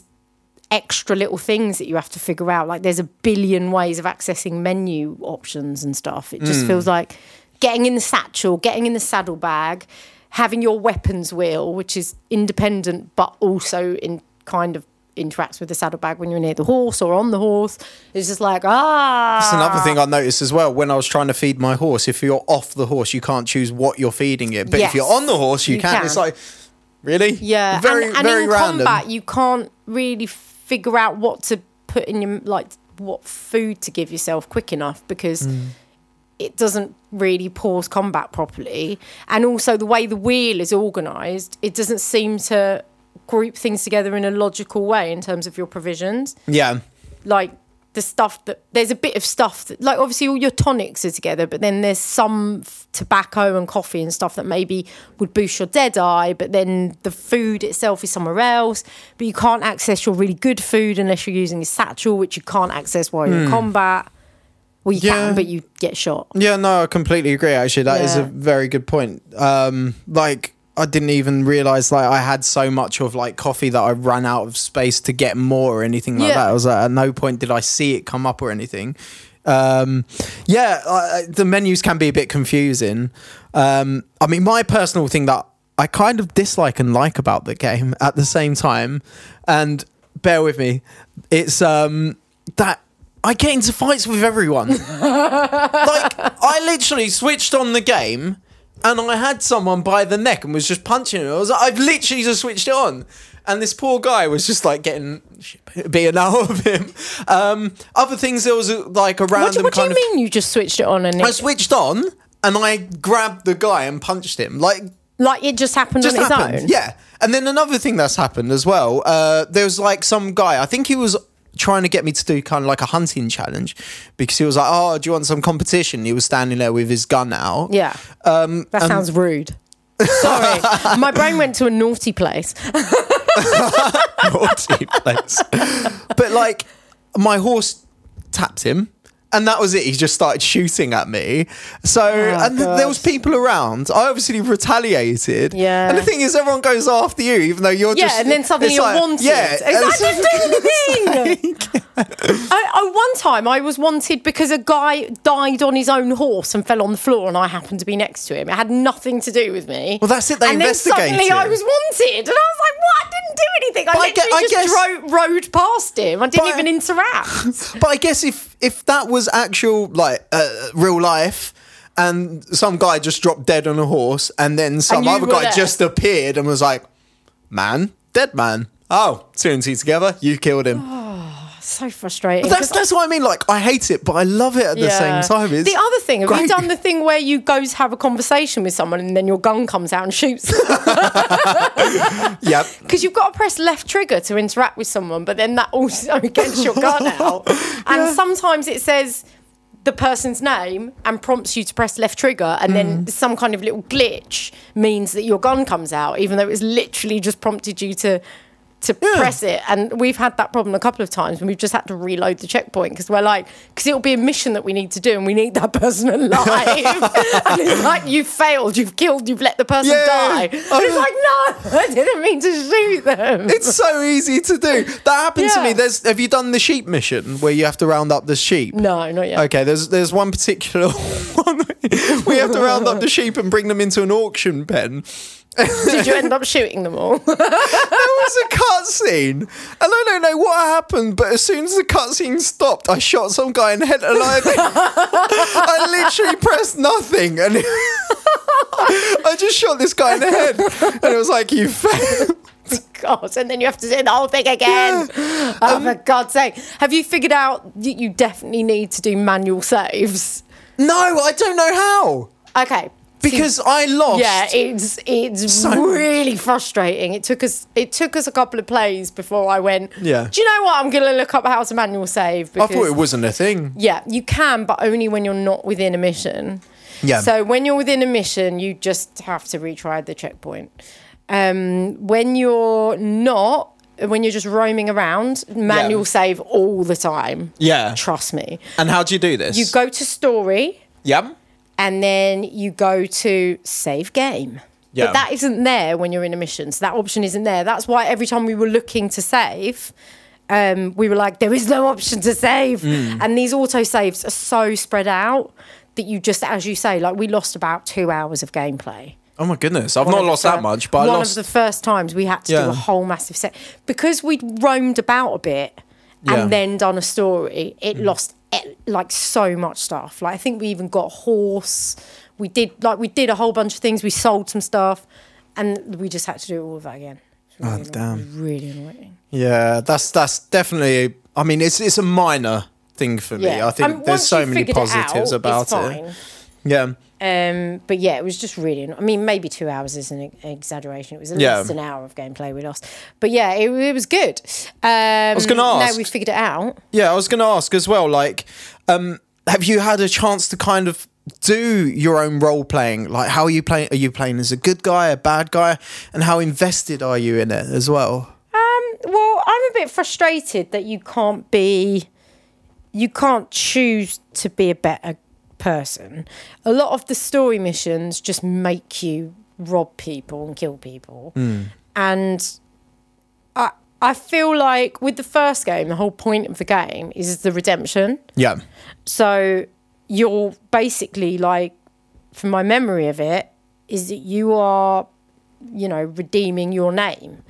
[SPEAKER 2] extra little things that you have to figure out. Like, there's a billion ways of accessing menu options and stuff. It just feels like getting in the satchel, getting in the saddlebag, having your weapons wheel, which is independent but also in kind of interacts with the saddlebag when you're near the horse or on the horse. It's just like, ah.
[SPEAKER 1] That's another thing I noticed as well when I was trying to feed my horse. If you're off the horse, you can't choose what you're feeding it. But
[SPEAKER 2] Yes.
[SPEAKER 1] if you're on the horse, you,
[SPEAKER 2] You
[SPEAKER 1] can.
[SPEAKER 2] can.
[SPEAKER 1] It's like, really?
[SPEAKER 2] Yeah,
[SPEAKER 1] Very,
[SPEAKER 2] and, and
[SPEAKER 1] very
[SPEAKER 2] in
[SPEAKER 1] random.
[SPEAKER 2] combat, you can't really figure out what to put in your like what food to give yourself quick enough because
[SPEAKER 1] Mm.
[SPEAKER 2] it doesn't really pause combat properly, and also the way the wheel is organised, it doesn't seem to group things together in a logical way in terms of your provisions
[SPEAKER 1] Yeah.
[SPEAKER 2] like the stuff that there's a bit of stuff that like obviously all your tonics are together but then there's some f- tobacco and coffee and stuff that maybe would boost your dead eye but then the food itself is somewhere else but you can't access your really good food unless you're using a satchel which you can't access while you're in combat well you
[SPEAKER 1] Hmm. Yeah.
[SPEAKER 2] can but you get shot
[SPEAKER 1] Yeah, no, I completely agree. Actually, that is
[SPEAKER 2] Yeah.
[SPEAKER 1] a very good point. Um, like, I didn't even realize like I had so much of like coffee that I ran out of space to get more or anything like
[SPEAKER 2] Yeah.
[SPEAKER 1] that. I was like, at no point did I see it come up or anything. Um, yeah, uh, the menus can be a bit confusing. Um, I mean, my personal thing that I kind of dislike and like about the game at the same time, and bear with me, it's um, that I get into fights with everyone like I literally switched on the game and I had someone by the neck and was just punching him. I was like, I've literally just switched it on. And this poor guy was just like getting being out of him. Um, other things, there was a, like a random
[SPEAKER 2] what do, what do you
[SPEAKER 1] kind of.
[SPEAKER 2] mean you just switched it on and
[SPEAKER 1] I
[SPEAKER 2] it,
[SPEAKER 1] switched on and I grabbed the guy and punched him. Like
[SPEAKER 2] like it just happened
[SPEAKER 1] just
[SPEAKER 2] on its
[SPEAKER 1] happened.
[SPEAKER 2] own
[SPEAKER 1] Yeah. And then another thing that's happened as well, uh, there was like some guy, I think he was trying to get me to do kind of like a hunting challenge because he was like, Oh, do you want some competition? He was standing there with his gun out.
[SPEAKER 2] yeah
[SPEAKER 1] Um,
[SPEAKER 2] that sounds rude sorry my brain went to a naughty place
[SPEAKER 1] Naughty place. But like my horse tapped him. And that was it. He just started shooting at me. So, and th- there
[SPEAKER 2] Oh, God.
[SPEAKER 1] was people around. I obviously retaliated.
[SPEAKER 2] Yeah.
[SPEAKER 1] And the thing is, everyone goes after you, even though you're
[SPEAKER 2] Yeah,
[SPEAKER 1] just.
[SPEAKER 2] and then suddenly
[SPEAKER 1] it's
[SPEAKER 2] you're
[SPEAKER 1] like-
[SPEAKER 2] wanted.
[SPEAKER 1] Yeah.
[SPEAKER 2] It's
[SPEAKER 1] and
[SPEAKER 2] like, I
[SPEAKER 1] so-
[SPEAKER 2] didn't do anything. I, I, one time I was wanted because a guy died on his own horse and fell on the floor, and I happened to be next to him. It had nothing to do with me.
[SPEAKER 1] Well, that's it, they
[SPEAKER 2] and
[SPEAKER 1] investigate
[SPEAKER 2] then suddenly I
[SPEAKER 1] it.
[SPEAKER 2] was wanted, and I was like, "What? I didn't do anything. I
[SPEAKER 1] But I
[SPEAKER 2] literally
[SPEAKER 1] gue- I
[SPEAKER 2] just
[SPEAKER 1] guess-
[SPEAKER 2] dro- rode past him. I didn't
[SPEAKER 1] But-
[SPEAKER 2] even interact."
[SPEAKER 1] But I guess if if that was actual like uh, real life, and some guy just dropped dead on a horse, and then some
[SPEAKER 2] And you
[SPEAKER 1] other
[SPEAKER 2] were
[SPEAKER 1] guy
[SPEAKER 2] there.
[SPEAKER 1] just appeared and was like, "Man, dead man." Oh, two and two together, you killed
[SPEAKER 2] Oh.
[SPEAKER 1] him.
[SPEAKER 2] so frustrating.
[SPEAKER 1] That's that's what I mean. Like I hate it, but I love it at the
[SPEAKER 2] Yeah.
[SPEAKER 1] same time. It's
[SPEAKER 2] the other thing, have
[SPEAKER 1] great.
[SPEAKER 2] you done the thing where you go to have a conversation with someone and then your gun comes out and shoots them?
[SPEAKER 1] Yep.
[SPEAKER 2] Because you've got to press left trigger to interact with someone, but then that also gets your gun out. And sometimes it says the person's name and prompts you to press left trigger, and then some kind of little glitch means that your gun comes out, even though it's literally just prompted you to to press it. And we've had that problem a couple of times, and we've just had to reload the checkpoint because we're like, because it'll be a mission that we need to do, and we need that person alive. and it's like you've failed, you've killed, you've let the person
[SPEAKER 1] Yeah.
[SPEAKER 2] die. And it's
[SPEAKER 1] Oh.
[SPEAKER 2] like no, I didn't mean to shoot them.
[SPEAKER 1] It's so easy to do. That happened to
[SPEAKER 2] Yeah.
[SPEAKER 1] me. There's have you done the sheep mission where you have to round up the sheep?
[SPEAKER 2] no, not yet.
[SPEAKER 1] Okay, there's there's one particular one. we have to round up the sheep and bring them into an auction pen.
[SPEAKER 2] Did you end up shooting them all?
[SPEAKER 1] there was a cutscene, and I don't know what happened, but as soon as the cutscene stopped, I shot some guy in the head, and I, I literally pressed nothing, and I just shot this guy in the head, and it was like you failed.
[SPEAKER 2] God, and then you have to do the whole thing again. Oh,
[SPEAKER 1] Um,
[SPEAKER 2] for God's sake. Have you figured out that you definitely need to do manual saves?
[SPEAKER 1] No, I don't know how
[SPEAKER 2] Okay.
[SPEAKER 1] because I lost.
[SPEAKER 2] Yeah, it's it's really frustrating. It took us it took us a couple of plays before I went.
[SPEAKER 1] Yeah.
[SPEAKER 2] Do you know what? I'm gonna look up how to manual save.
[SPEAKER 1] I
[SPEAKER 2] Because
[SPEAKER 1] thought it wasn't a thing.
[SPEAKER 2] Yeah, you can, but only when you're not within a mission.
[SPEAKER 1] Yeah.
[SPEAKER 2] So when you're within a mission, you just have to retry the checkpoint. Um, when you're not, when you're just roaming around, manual save all the time.
[SPEAKER 1] Yeah.
[SPEAKER 2] Trust me.
[SPEAKER 1] And how do you do this?
[SPEAKER 2] You go to story
[SPEAKER 1] Yeah.
[SPEAKER 2] and then you go to save game.
[SPEAKER 1] Yeah.
[SPEAKER 2] But that isn't there when you're in a mission. So that option isn't there. That's why every time we were looking to save, um, we were like, there is no option to save. And these auto saves are so spread out that you just, as you say, like we lost about two hours of gameplay.
[SPEAKER 1] Oh my goodness. I've
[SPEAKER 2] One
[SPEAKER 1] not
[SPEAKER 2] of the
[SPEAKER 1] lost
[SPEAKER 2] fir-
[SPEAKER 1] that much, but I
[SPEAKER 2] one
[SPEAKER 1] lost.
[SPEAKER 2] of the first times we had to
[SPEAKER 1] Yeah.
[SPEAKER 2] do a whole massive set because we'd roamed about a bit and
[SPEAKER 1] Yeah. Mm.
[SPEAKER 2] then done a story. It lost e- like so much stuff. Like I think we even got a horse. We did like we did a whole bunch of things. We sold some stuff, and we just had to do all of that again. It was Really anno-
[SPEAKER 1] Oh, damn.
[SPEAKER 2] Really annoying.
[SPEAKER 1] yeah, that's that's definitely. I mean, it's it's a minor thing for me. I think
[SPEAKER 2] mean,
[SPEAKER 1] there's
[SPEAKER 2] once
[SPEAKER 1] so
[SPEAKER 2] you've
[SPEAKER 1] many
[SPEAKER 2] figured it out,
[SPEAKER 1] positives
[SPEAKER 2] it's
[SPEAKER 1] about it.
[SPEAKER 2] fine.
[SPEAKER 1] Yeah.
[SPEAKER 2] Um, but yeah, it was just really. anno- I mean, maybe two hours is an e- exaggeration. It was at
[SPEAKER 1] Yeah.
[SPEAKER 2] least an hour of gameplay we lost. But yeah, it, it was good. Um, I was
[SPEAKER 1] gonna ask-
[SPEAKER 2] Now we figured it out.
[SPEAKER 1] Yeah, I was going to ask as well. Like, um, have you had a chance to kind of do your own role playing? Like, how are you playing? Are you playing as a good guy, a bad guy, and how invested are you in it as well?
[SPEAKER 2] Well, I'm a bit frustrated that you can't be, you can't choose to be a better person. A lot of the story missions just make you rob people and kill people,
[SPEAKER 1] Hmm.
[SPEAKER 2] and I I feel like with the first game, the whole point of the game is the redemption.
[SPEAKER 1] Yeah,
[SPEAKER 2] So you're basically like, from my memory of it, is that you are, you know, redeeming your name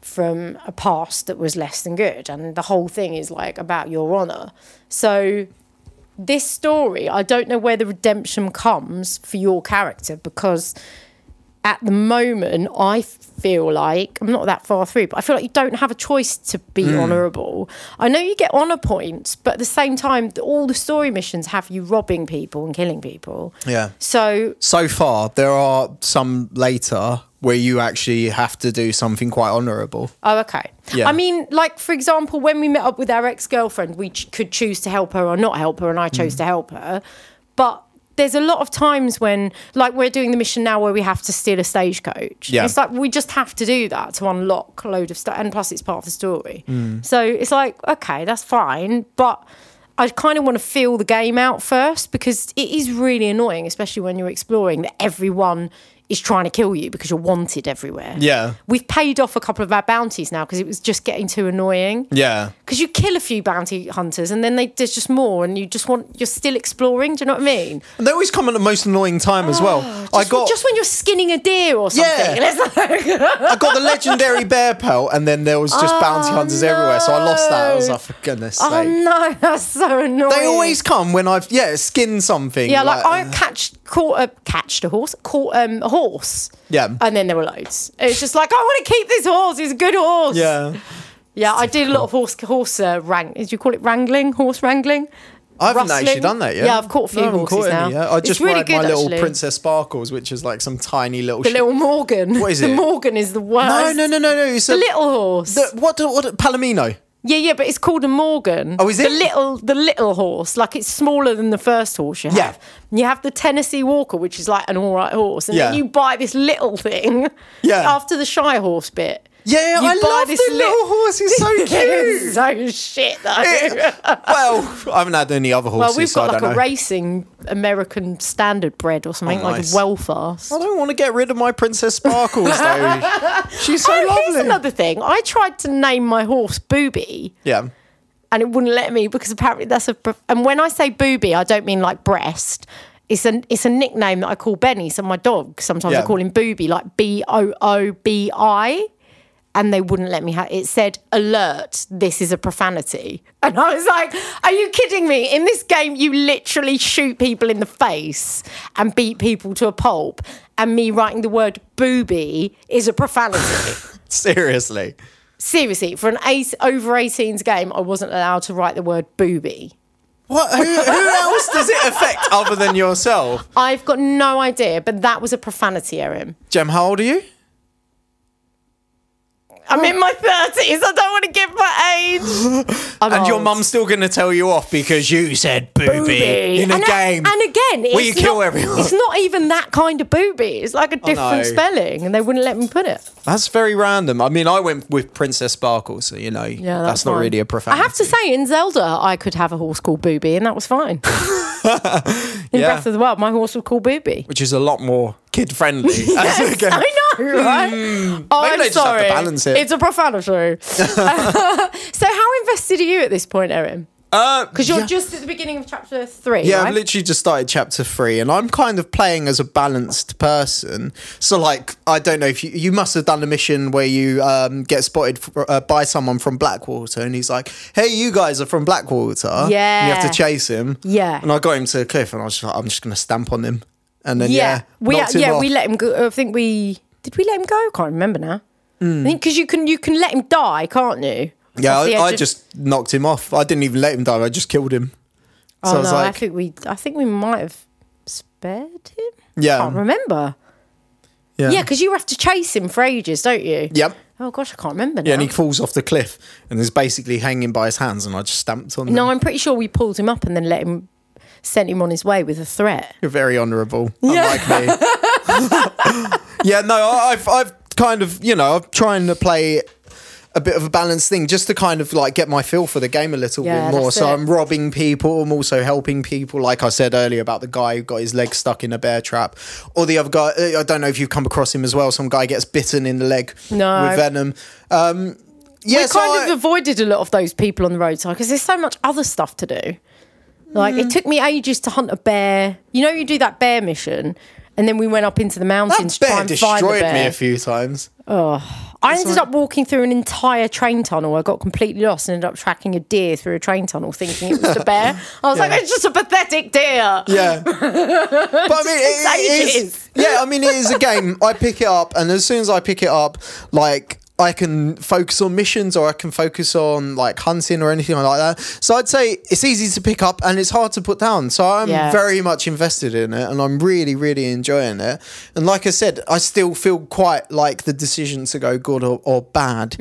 [SPEAKER 2] from a past that was less than good. And the whole thing is like about your honor. So this story, I don't know where the redemption comes for your character because at the moment, I feel like I'm not that far through, but I feel like you don't have a choice to be honourable. I know you get honour points, but at the same time, all the story missions have you robbing people and killing people.
[SPEAKER 1] yeah.
[SPEAKER 2] So
[SPEAKER 1] So far, there are some later where you actually have to do something quite honourable.
[SPEAKER 2] Oh, okay.
[SPEAKER 1] Yeah.
[SPEAKER 2] I mean, like, for example, when we met up with our ex girlfriend, we ch- could choose to help her or not help her, and I
[SPEAKER 1] Mm.
[SPEAKER 2] chose to help her. But there's a lot of times when, like, we're doing the mission now where we have to steal a stagecoach.
[SPEAKER 1] Yeah.
[SPEAKER 2] It's like we just have to do that to unlock a load of stuff. And plus, it's part of the story.
[SPEAKER 1] Mm.
[SPEAKER 2] So it's like, okay, that's fine. But I kind of want to feel the game out first because it is really annoying, especially when you're exploring, that everyone is trying to kill you because you're wanted everywhere
[SPEAKER 1] Yeah.
[SPEAKER 2] we've paid off a couple of our bounties now because it was just getting too annoying.
[SPEAKER 1] Yeah.
[SPEAKER 2] Because you kill a few bounty hunters and then they, there's just more, and you just want you're still exploring. Do you know what I mean?
[SPEAKER 1] And they always come at the most annoying time as well. I
[SPEAKER 2] Ah, Just,
[SPEAKER 1] got
[SPEAKER 2] just when you're skinning a deer or something.
[SPEAKER 1] Yeah.
[SPEAKER 2] and it's like-
[SPEAKER 1] I got the legendary bear pelt, and then there was just bounty hunters everywhere, so I lost that. I was
[SPEAKER 2] Oh, no.
[SPEAKER 1] like, for goodness
[SPEAKER 2] oh
[SPEAKER 1] sake.
[SPEAKER 2] no, that's so annoying.
[SPEAKER 1] They always uh, come when I've yeah skinned something.
[SPEAKER 2] Yeah, like, I catch caught a catched a horse, caught um, a horse.
[SPEAKER 1] Yeah.
[SPEAKER 2] and then there were loads. It's just like I want to keep this horse. It's a good horse.
[SPEAKER 1] yeah.
[SPEAKER 2] yeah. I did a lot of horse horse uh, wrang. Did you call it wrangling? Horse wrangling.
[SPEAKER 1] I haven't
[SPEAKER 2] rustling.
[SPEAKER 1] actually done that yet.
[SPEAKER 2] Yeah, I've caught a few
[SPEAKER 1] I haven't
[SPEAKER 2] horses
[SPEAKER 1] caught any
[SPEAKER 2] now.
[SPEAKER 1] yet. I
[SPEAKER 2] It's
[SPEAKER 1] just
[SPEAKER 2] really
[SPEAKER 1] ride my
[SPEAKER 2] good,
[SPEAKER 1] little
[SPEAKER 2] actually.
[SPEAKER 1] Princess Sparkles, which is like some tiny little.
[SPEAKER 2] The
[SPEAKER 1] sh-
[SPEAKER 2] little Morgan.
[SPEAKER 1] What is
[SPEAKER 2] The
[SPEAKER 1] it?
[SPEAKER 2] Morgan is the worst.
[SPEAKER 1] no, no, no, no, no. It's
[SPEAKER 2] The
[SPEAKER 1] a,
[SPEAKER 2] little horse.
[SPEAKER 1] the- what? do- What? Palomino.
[SPEAKER 2] yeah, yeah, but it's called a Morgan.
[SPEAKER 1] Oh, is it?
[SPEAKER 2] The little, the little horse. Like it's smaller than the first horse you have.
[SPEAKER 1] Yeah.
[SPEAKER 2] And you have the Tennessee Walker, which is like an all right horse, and then
[SPEAKER 1] Yeah.
[SPEAKER 2] you buy this little thing.
[SPEAKER 1] Yeah.
[SPEAKER 2] After the shy horse bit.
[SPEAKER 1] Yeah,
[SPEAKER 2] You
[SPEAKER 1] I
[SPEAKER 2] buy
[SPEAKER 1] love
[SPEAKER 2] this
[SPEAKER 1] the
[SPEAKER 2] lit-
[SPEAKER 1] little horse. He's so
[SPEAKER 2] It's
[SPEAKER 1] cute.
[SPEAKER 2] so shit. Though.
[SPEAKER 1] well, I haven't had any other horses.
[SPEAKER 2] well, we've
[SPEAKER 1] so I
[SPEAKER 2] got like
[SPEAKER 1] don't
[SPEAKER 2] a
[SPEAKER 1] know.
[SPEAKER 2] racing American standard bred or something
[SPEAKER 1] Oh,
[SPEAKER 2] like
[SPEAKER 1] nice.
[SPEAKER 2] a Belfast.
[SPEAKER 1] I don't want to get rid of my Princess Sparkles though. She's so
[SPEAKER 2] Oh, here's
[SPEAKER 1] lovely.
[SPEAKER 2] another thing. I tried to name my horse Booby.
[SPEAKER 1] yeah.
[SPEAKER 2] and it wouldn't let me because apparently that's a. And when I say booby, I don't mean like breast. It's an it's a nickname that I call Benny. So my dog sometimes
[SPEAKER 1] Yeah.
[SPEAKER 2] I call him Booby, like B O O B I. And they wouldn't let me have it. Said alert, this is a profanity. And I was like, Are you kidding me? In this game, you literally shoot people in the face and beat people to a pulp. And me writing the word booby is a profanity.
[SPEAKER 1] Seriously.
[SPEAKER 2] Seriously, for an eight, over 18s game, I wasn't allowed to write the word booby.
[SPEAKER 1] What? Who, who else does it affect other than yourself?
[SPEAKER 2] I've got no idea, but that was a profanity, Erin.
[SPEAKER 1] Jem, how old are you?
[SPEAKER 2] I'm in my 30s. I don't want to give my age. I'm
[SPEAKER 1] And your
[SPEAKER 2] old.
[SPEAKER 1] mum's still going to tell you off because you said booby,
[SPEAKER 2] Booby.
[SPEAKER 1] in a
[SPEAKER 2] and
[SPEAKER 1] game.
[SPEAKER 2] and again, it's
[SPEAKER 1] where you kill
[SPEAKER 2] not,
[SPEAKER 1] everyone.
[SPEAKER 2] It's not even that kind of booby. It's like a different
[SPEAKER 1] no.
[SPEAKER 2] spelling, and they wouldn't let me put it.
[SPEAKER 1] That's very random. I mean, I went with Princess Sparkle, so you know,
[SPEAKER 2] Yeah,
[SPEAKER 1] that's, not
[SPEAKER 2] fine.
[SPEAKER 1] really a profanity.
[SPEAKER 2] I have to say, in Zelda, I could have a horse called Booby, and that was fine. in
[SPEAKER 1] Yeah.
[SPEAKER 2] Breath of the Wild, my horse was called Booby.
[SPEAKER 1] which is a lot more kid friendly. as a
[SPEAKER 2] Yes,
[SPEAKER 1] game.
[SPEAKER 2] I know, right? Oh,
[SPEAKER 1] Hmm. Maybe
[SPEAKER 2] I'm
[SPEAKER 1] they just have to
[SPEAKER 2] sorry.
[SPEAKER 1] balance it.
[SPEAKER 2] It's a profanity. so, how invested are you at this point, Erin? Because you're
[SPEAKER 1] Uh, yeah.
[SPEAKER 2] just at the beginning of chapter three.
[SPEAKER 1] Yeah,
[SPEAKER 2] right?
[SPEAKER 1] I've literally just started chapter three, and I'm kind of playing as a balanced person. So, like, I don't know if you, you must have done a mission where you um, get spotted fr uh, by someone from Blackwater, and he's like, "Hey, you guys are from Blackwater." and you have
[SPEAKER 2] Yeah.
[SPEAKER 1] to chase him.
[SPEAKER 2] Yeah.
[SPEAKER 1] and I got him to a cliff, and I was just like, "I'm just gonna stamp on him," and then yeah,
[SPEAKER 2] we
[SPEAKER 1] knocked him
[SPEAKER 2] yeah
[SPEAKER 1] off.
[SPEAKER 2] we let him go. I think we did we let him go. I can't remember now.
[SPEAKER 1] Hmm.
[SPEAKER 2] I think because you can you can let him die, can't you?
[SPEAKER 1] yeah,
[SPEAKER 2] Off the
[SPEAKER 1] I,
[SPEAKER 2] edge
[SPEAKER 1] I
[SPEAKER 2] of-
[SPEAKER 1] just knocked him off. I didn't even let him die. I just killed him. So
[SPEAKER 2] Oh
[SPEAKER 1] I was
[SPEAKER 2] no, I
[SPEAKER 1] like,
[SPEAKER 2] think we I think we might have spared him.
[SPEAKER 1] yeah,
[SPEAKER 2] can't remember.
[SPEAKER 1] Um, yeah,
[SPEAKER 2] Yeah, because you have to chase him for ages, don't you?
[SPEAKER 1] Yep.
[SPEAKER 2] Oh gosh, I can't remember now.
[SPEAKER 1] Yeah, and he falls off the cliff and is basically hanging by his hands, and I just stamped on him.
[SPEAKER 2] no, I'm pretty sure we pulled him up and then let him sent him on his way with a threat.
[SPEAKER 1] You're very honourable, unlike me. yeah, no, I- I've, I've kind of, you know, I'm trying to play a bit of a balanced thing just to kind of like get my feel for the game a little
[SPEAKER 2] Yeah,
[SPEAKER 1] bit more.
[SPEAKER 2] that's
[SPEAKER 1] So
[SPEAKER 2] it.
[SPEAKER 1] I'm robbing people, I'm also helping people. Like I said earlier about the guy who got his leg stuck in a bear trap, or the other guy. uh, I don't know if you've come across him as well. Some guy gets bitten in the leg
[SPEAKER 2] No.
[SPEAKER 1] with venom. Um, yeah,
[SPEAKER 2] I
[SPEAKER 1] so
[SPEAKER 2] kind
[SPEAKER 1] I-
[SPEAKER 2] of avoided a lot of those people on the roadside because there's so much other stuff to do. Like
[SPEAKER 1] Mm.
[SPEAKER 2] it took me ages to hunt a bear. You know, you do that bear mission, and then we went up into the mountains
[SPEAKER 1] that
[SPEAKER 2] to try
[SPEAKER 1] bear
[SPEAKER 2] and find the
[SPEAKER 1] destroyed me
[SPEAKER 2] bear.
[SPEAKER 1] a few times.
[SPEAKER 2] I ended up walking through an entire train tunnel. I got completely lost and ended up tracking a deer through a train tunnel, thinking it was the bear. I was
[SPEAKER 1] Yeah.
[SPEAKER 2] like, it's just a pathetic deer.
[SPEAKER 1] Yeah. but I mean, it- it
[SPEAKER 2] ages.
[SPEAKER 1] is. Yeah, I mean, it is a game. I pick it up, and as soon as I pick it up, like. I can focus on missions or I can focus on like hunting or anything like that. So I'd say it's easy to pick up and it's hard to put down. So I'm
[SPEAKER 2] Yeah.
[SPEAKER 1] very much invested in it and I'm really, really enjoying it. And like I said, I still feel quite like the decision to go good or, or bad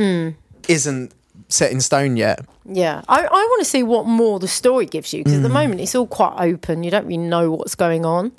[SPEAKER 1] isn't set in stone yet.
[SPEAKER 2] Yeah, I, I want to see what more the story gives you because at the moment it's all quite open. You don't really know what's going on.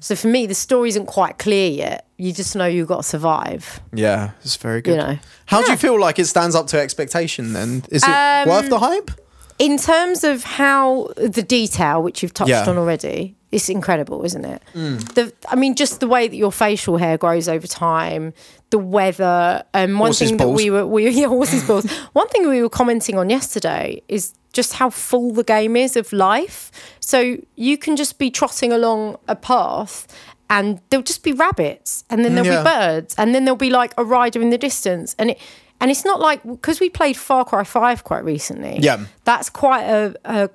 [SPEAKER 2] So for me, the story isn't quite clear yet. You just know you've got to survive.
[SPEAKER 1] Yeah, it's very good.
[SPEAKER 2] know.
[SPEAKER 1] How do you feel like it stands up to expectation then? Is it
[SPEAKER 2] Um,
[SPEAKER 1] worth the hype?
[SPEAKER 2] In terms of how the detail, which you've touched
[SPEAKER 1] Yeah. Mm.
[SPEAKER 2] on already, it's incredible, isn't it? The, I mean, just the way that your facial hair grows over time, the weather, and one
[SPEAKER 1] Horses'
[SPEAKER 2] thing that
[SPEAKER 1] balls.
[SPEAKER 2] we were, we, yeah, horses balls. One thing we were commenting on yesterday is just how full the game is of life. So you can just be trotting along a path. And there'll just be rabbits, and then there'll
[SPEAKER 1] Mm, Yeah.
[SPEAKER 2] be birds, and then there'll be like a rider in the distance, and it, and it's not like because we played Far Cry Five quite recently
[SPEAKER 1] Yeah.
[SPEAKER 2] that's quite a, a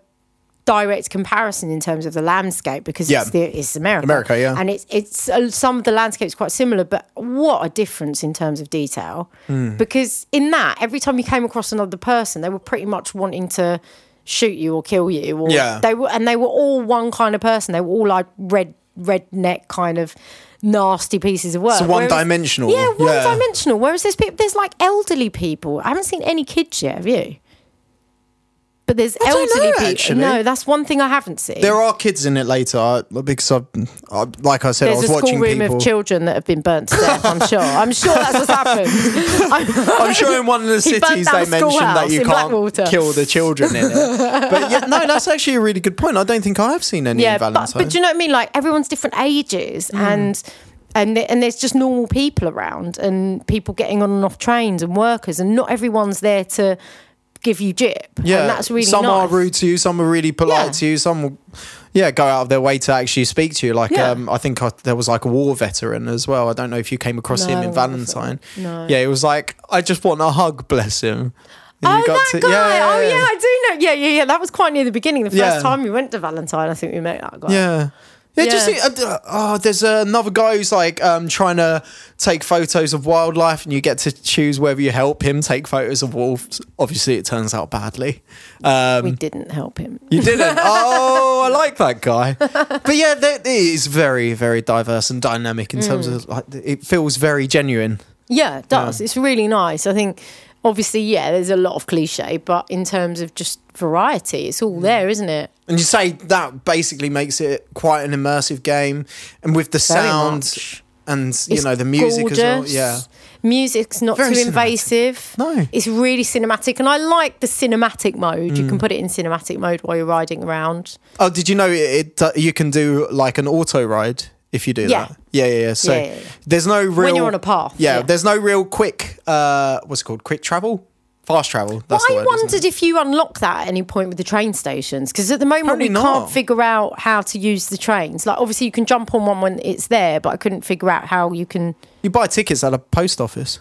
[SPEAKER 2] direct comparison in terms of the landscape because
[SPEAKER 1] Yeah.
[SPEAKER 2] it's, the, it's America.
[SPEAKER 1] America, yeah.
[SPEAKER 2] And it's it's uh, some of the landscapes quite similar, but what a difference in terms of detail.
[SPEAKER 1] Hmm.
[SPEAKER 2] Because in that, every time you came across another person, they were pretty much wanting to shoot you or kill you, or
[SPEAKER 1] Yeah.
[SPEAKER 2] they were, and they were all one kind of person. They were all like red redneck kind of nasty pieces of work.
[SPEAKER 1] So
[SPEAKER 2] Whereas-
[SPEAKER 1] one-dimensional.
[SPEAKER 2] Yeah, one
[SPEAKER 1] Yeah.
[SPEAKER 2] dimensional. Whereas there's people, there's like elderly people. I haven't seen any kids yet. Have you? But there's
[SPEAKER 1] don't know,
[SPEAKER 2] elderly people.
[SPEAKER 1] actually.
[SPEAKER 2] No, that's one thing I haven't seen.
[SPEAKER 1] There are kids in it later I- because I, I, like I said,
[SPEAKER 2] there's
[SPEAKER 1] I
[SPEAKER 2] a
[SPEAKER 1] was watching
[SPEAKER 2] schoolroom
[SPEAKER 1] people.
[SPEAKER 2] of children that have been burnt to death. I'm sure. I'm sure that's what's happened. I'm,
[SPEAKER 1] I'm sure in one of the
[SPEAKER 2] He burnt
[SPEAKER 1] cities
[SPEAKER 2] down
[SPEAKER 1] they
[SPEAKER 2] a
[SPEAKER 1] mentioned that
[SPEAKER 2] schoolhouse
[SPEAKER 1] you
[SPEAKER 2] in Blackwater.
[SPEAKER 1] can't kill the children in it. But yeah, no, that's actually a really good point. I don't think I have seen any in
[SPEAKER 2] yeah,
[SPEAKER 1] Mm.
[SPEAKER 2] but,
[SPEAKER 1] Valentine's.
[SPEAKER 2] but do you know what I mean? Like everyone's different ages and. And, th- and there's just normal people around and people getting on and off trains and workers and not everyone's there to give you jip
[SPEAKER 1] yeah,
[SPEAKER 2] and that's really
[SPEAKER 1] some
[SPEAKER 2] nice.
[SPEAKER 1] are rude to you, some are really polite
[SPEAKER 2] Yeah.
[SPEAKER 1] to you, some will, yeah go out of their way to actually speak to you. Like
[SPEAKER 2] Yeah.
[SPEAKER 1] um, I think I, there was like a war veteran as well. I don't know if you came across
[SPEAKER 2] No,
[SPEAKER 1] him
[SPEAKER 2] I
[SPEAKER 1] in
[SPEAKER 2] wasn't.
[SPEAKER 1] Valentine.
[SPEAKER 2] No.
[SPEAKER 1] Yeah, it was like I just want a hug, bless him. And
[SPEAKER 2] Oh,
[SPEAKER 1] you got
[SPEAKER 2] that
[SPEAKER 1] to-
[SPEAKER 2] guy. Oh, yeah, I do know. Yeah, yeah, yeah. That was quite near the beginning. The first
[SPEAKER 1] Yeah.
[SPEAKER 2] time we went to Valentine, I think we met that guy.
[SPEAKER 1] Yeah. Yeah, just
[SPEAKER 2] Yeah.
[SPEAKER 1] think, uh, oh, there's another guy who's like um, trying to take photos of wildlife, and you get to choose whether you help him take photos of wolves. Obviously, it turns out badly. Um,
[SPEAKER 2] We didn't help him.
[SPEAKER 1] you didn't. oh, I like that guy. But yeah,
[SPEAKER 2] Mm.
[SPEAKER 1] that it is very, very diverse and dynamic in terms of like it feels very genuine.
[SPEAKER 2] Yeah, it does. It's really nice. I think, obviously, yeah, there's a lot of cliche, but in terms of just variety, it's
[SPEAKER 1] Mm.
[SPEAKER 2] all there, isn't it?
[SPEAKER 1] And you say that basically makes it quite an immersive game, and with the
[SPEAKER 2] Very
[SPEAKER 1] sound
[SPEAKER 2] much.
[SPEAKER 1] and you
[SPEAKER 2] It's
[SPEAKER 1] know the music
[SPEAKER 2] gorgeous.
[SPEAKER 1] as well.
[SPEAKER 2] Music's not
[SPEAKER 1] Very
[SPEAKER 2] too
[SPEAKER 1] cinematic.
[SPEAKER 2] invasive.
[SPEAKER 1] No.
[SPEAKER 2] It's really cinematic. And I like the cinematic mode.
[SPEAKER 1] Mm.
[SPEAKER 2] You can put it in cinematic mode while you're riding around.
[SPEAKER 1] Yeah. Oh, did you know it? it you can do like an auto ride if you do
[SPEAKER 2] Yeah.
[SPEAKER 1] that. Yeah, yeah. yeah. So
[SPEAKER 2] Yeah, yeah, yeah.
[SPEAKER 1] there's no real
[SPEAKER 2] you're on a path,
[SPEAKER 1] Yeah,
[SPEAKER 2] yeah.
[SPEAKER 1] there's no real quick. Uh, what's it called? Quick travel, fast travel. That's the
[SPEAKER 2] I
[SPEAKER 1] word, isn't it?
[SPEAKER 2] wondered if you unlock that at any point with the train stations because at the moment
[SPEAKER 1] Apparently
[SPEAKER 2] we can't
[SPEAKER 1] not.
[SPEAKER 2] figure out how to use the trains. Like obviously you can jump on one when it's there, but I couldn't figure out how you can.
[SPEAKER 1] You buy tickets at a post office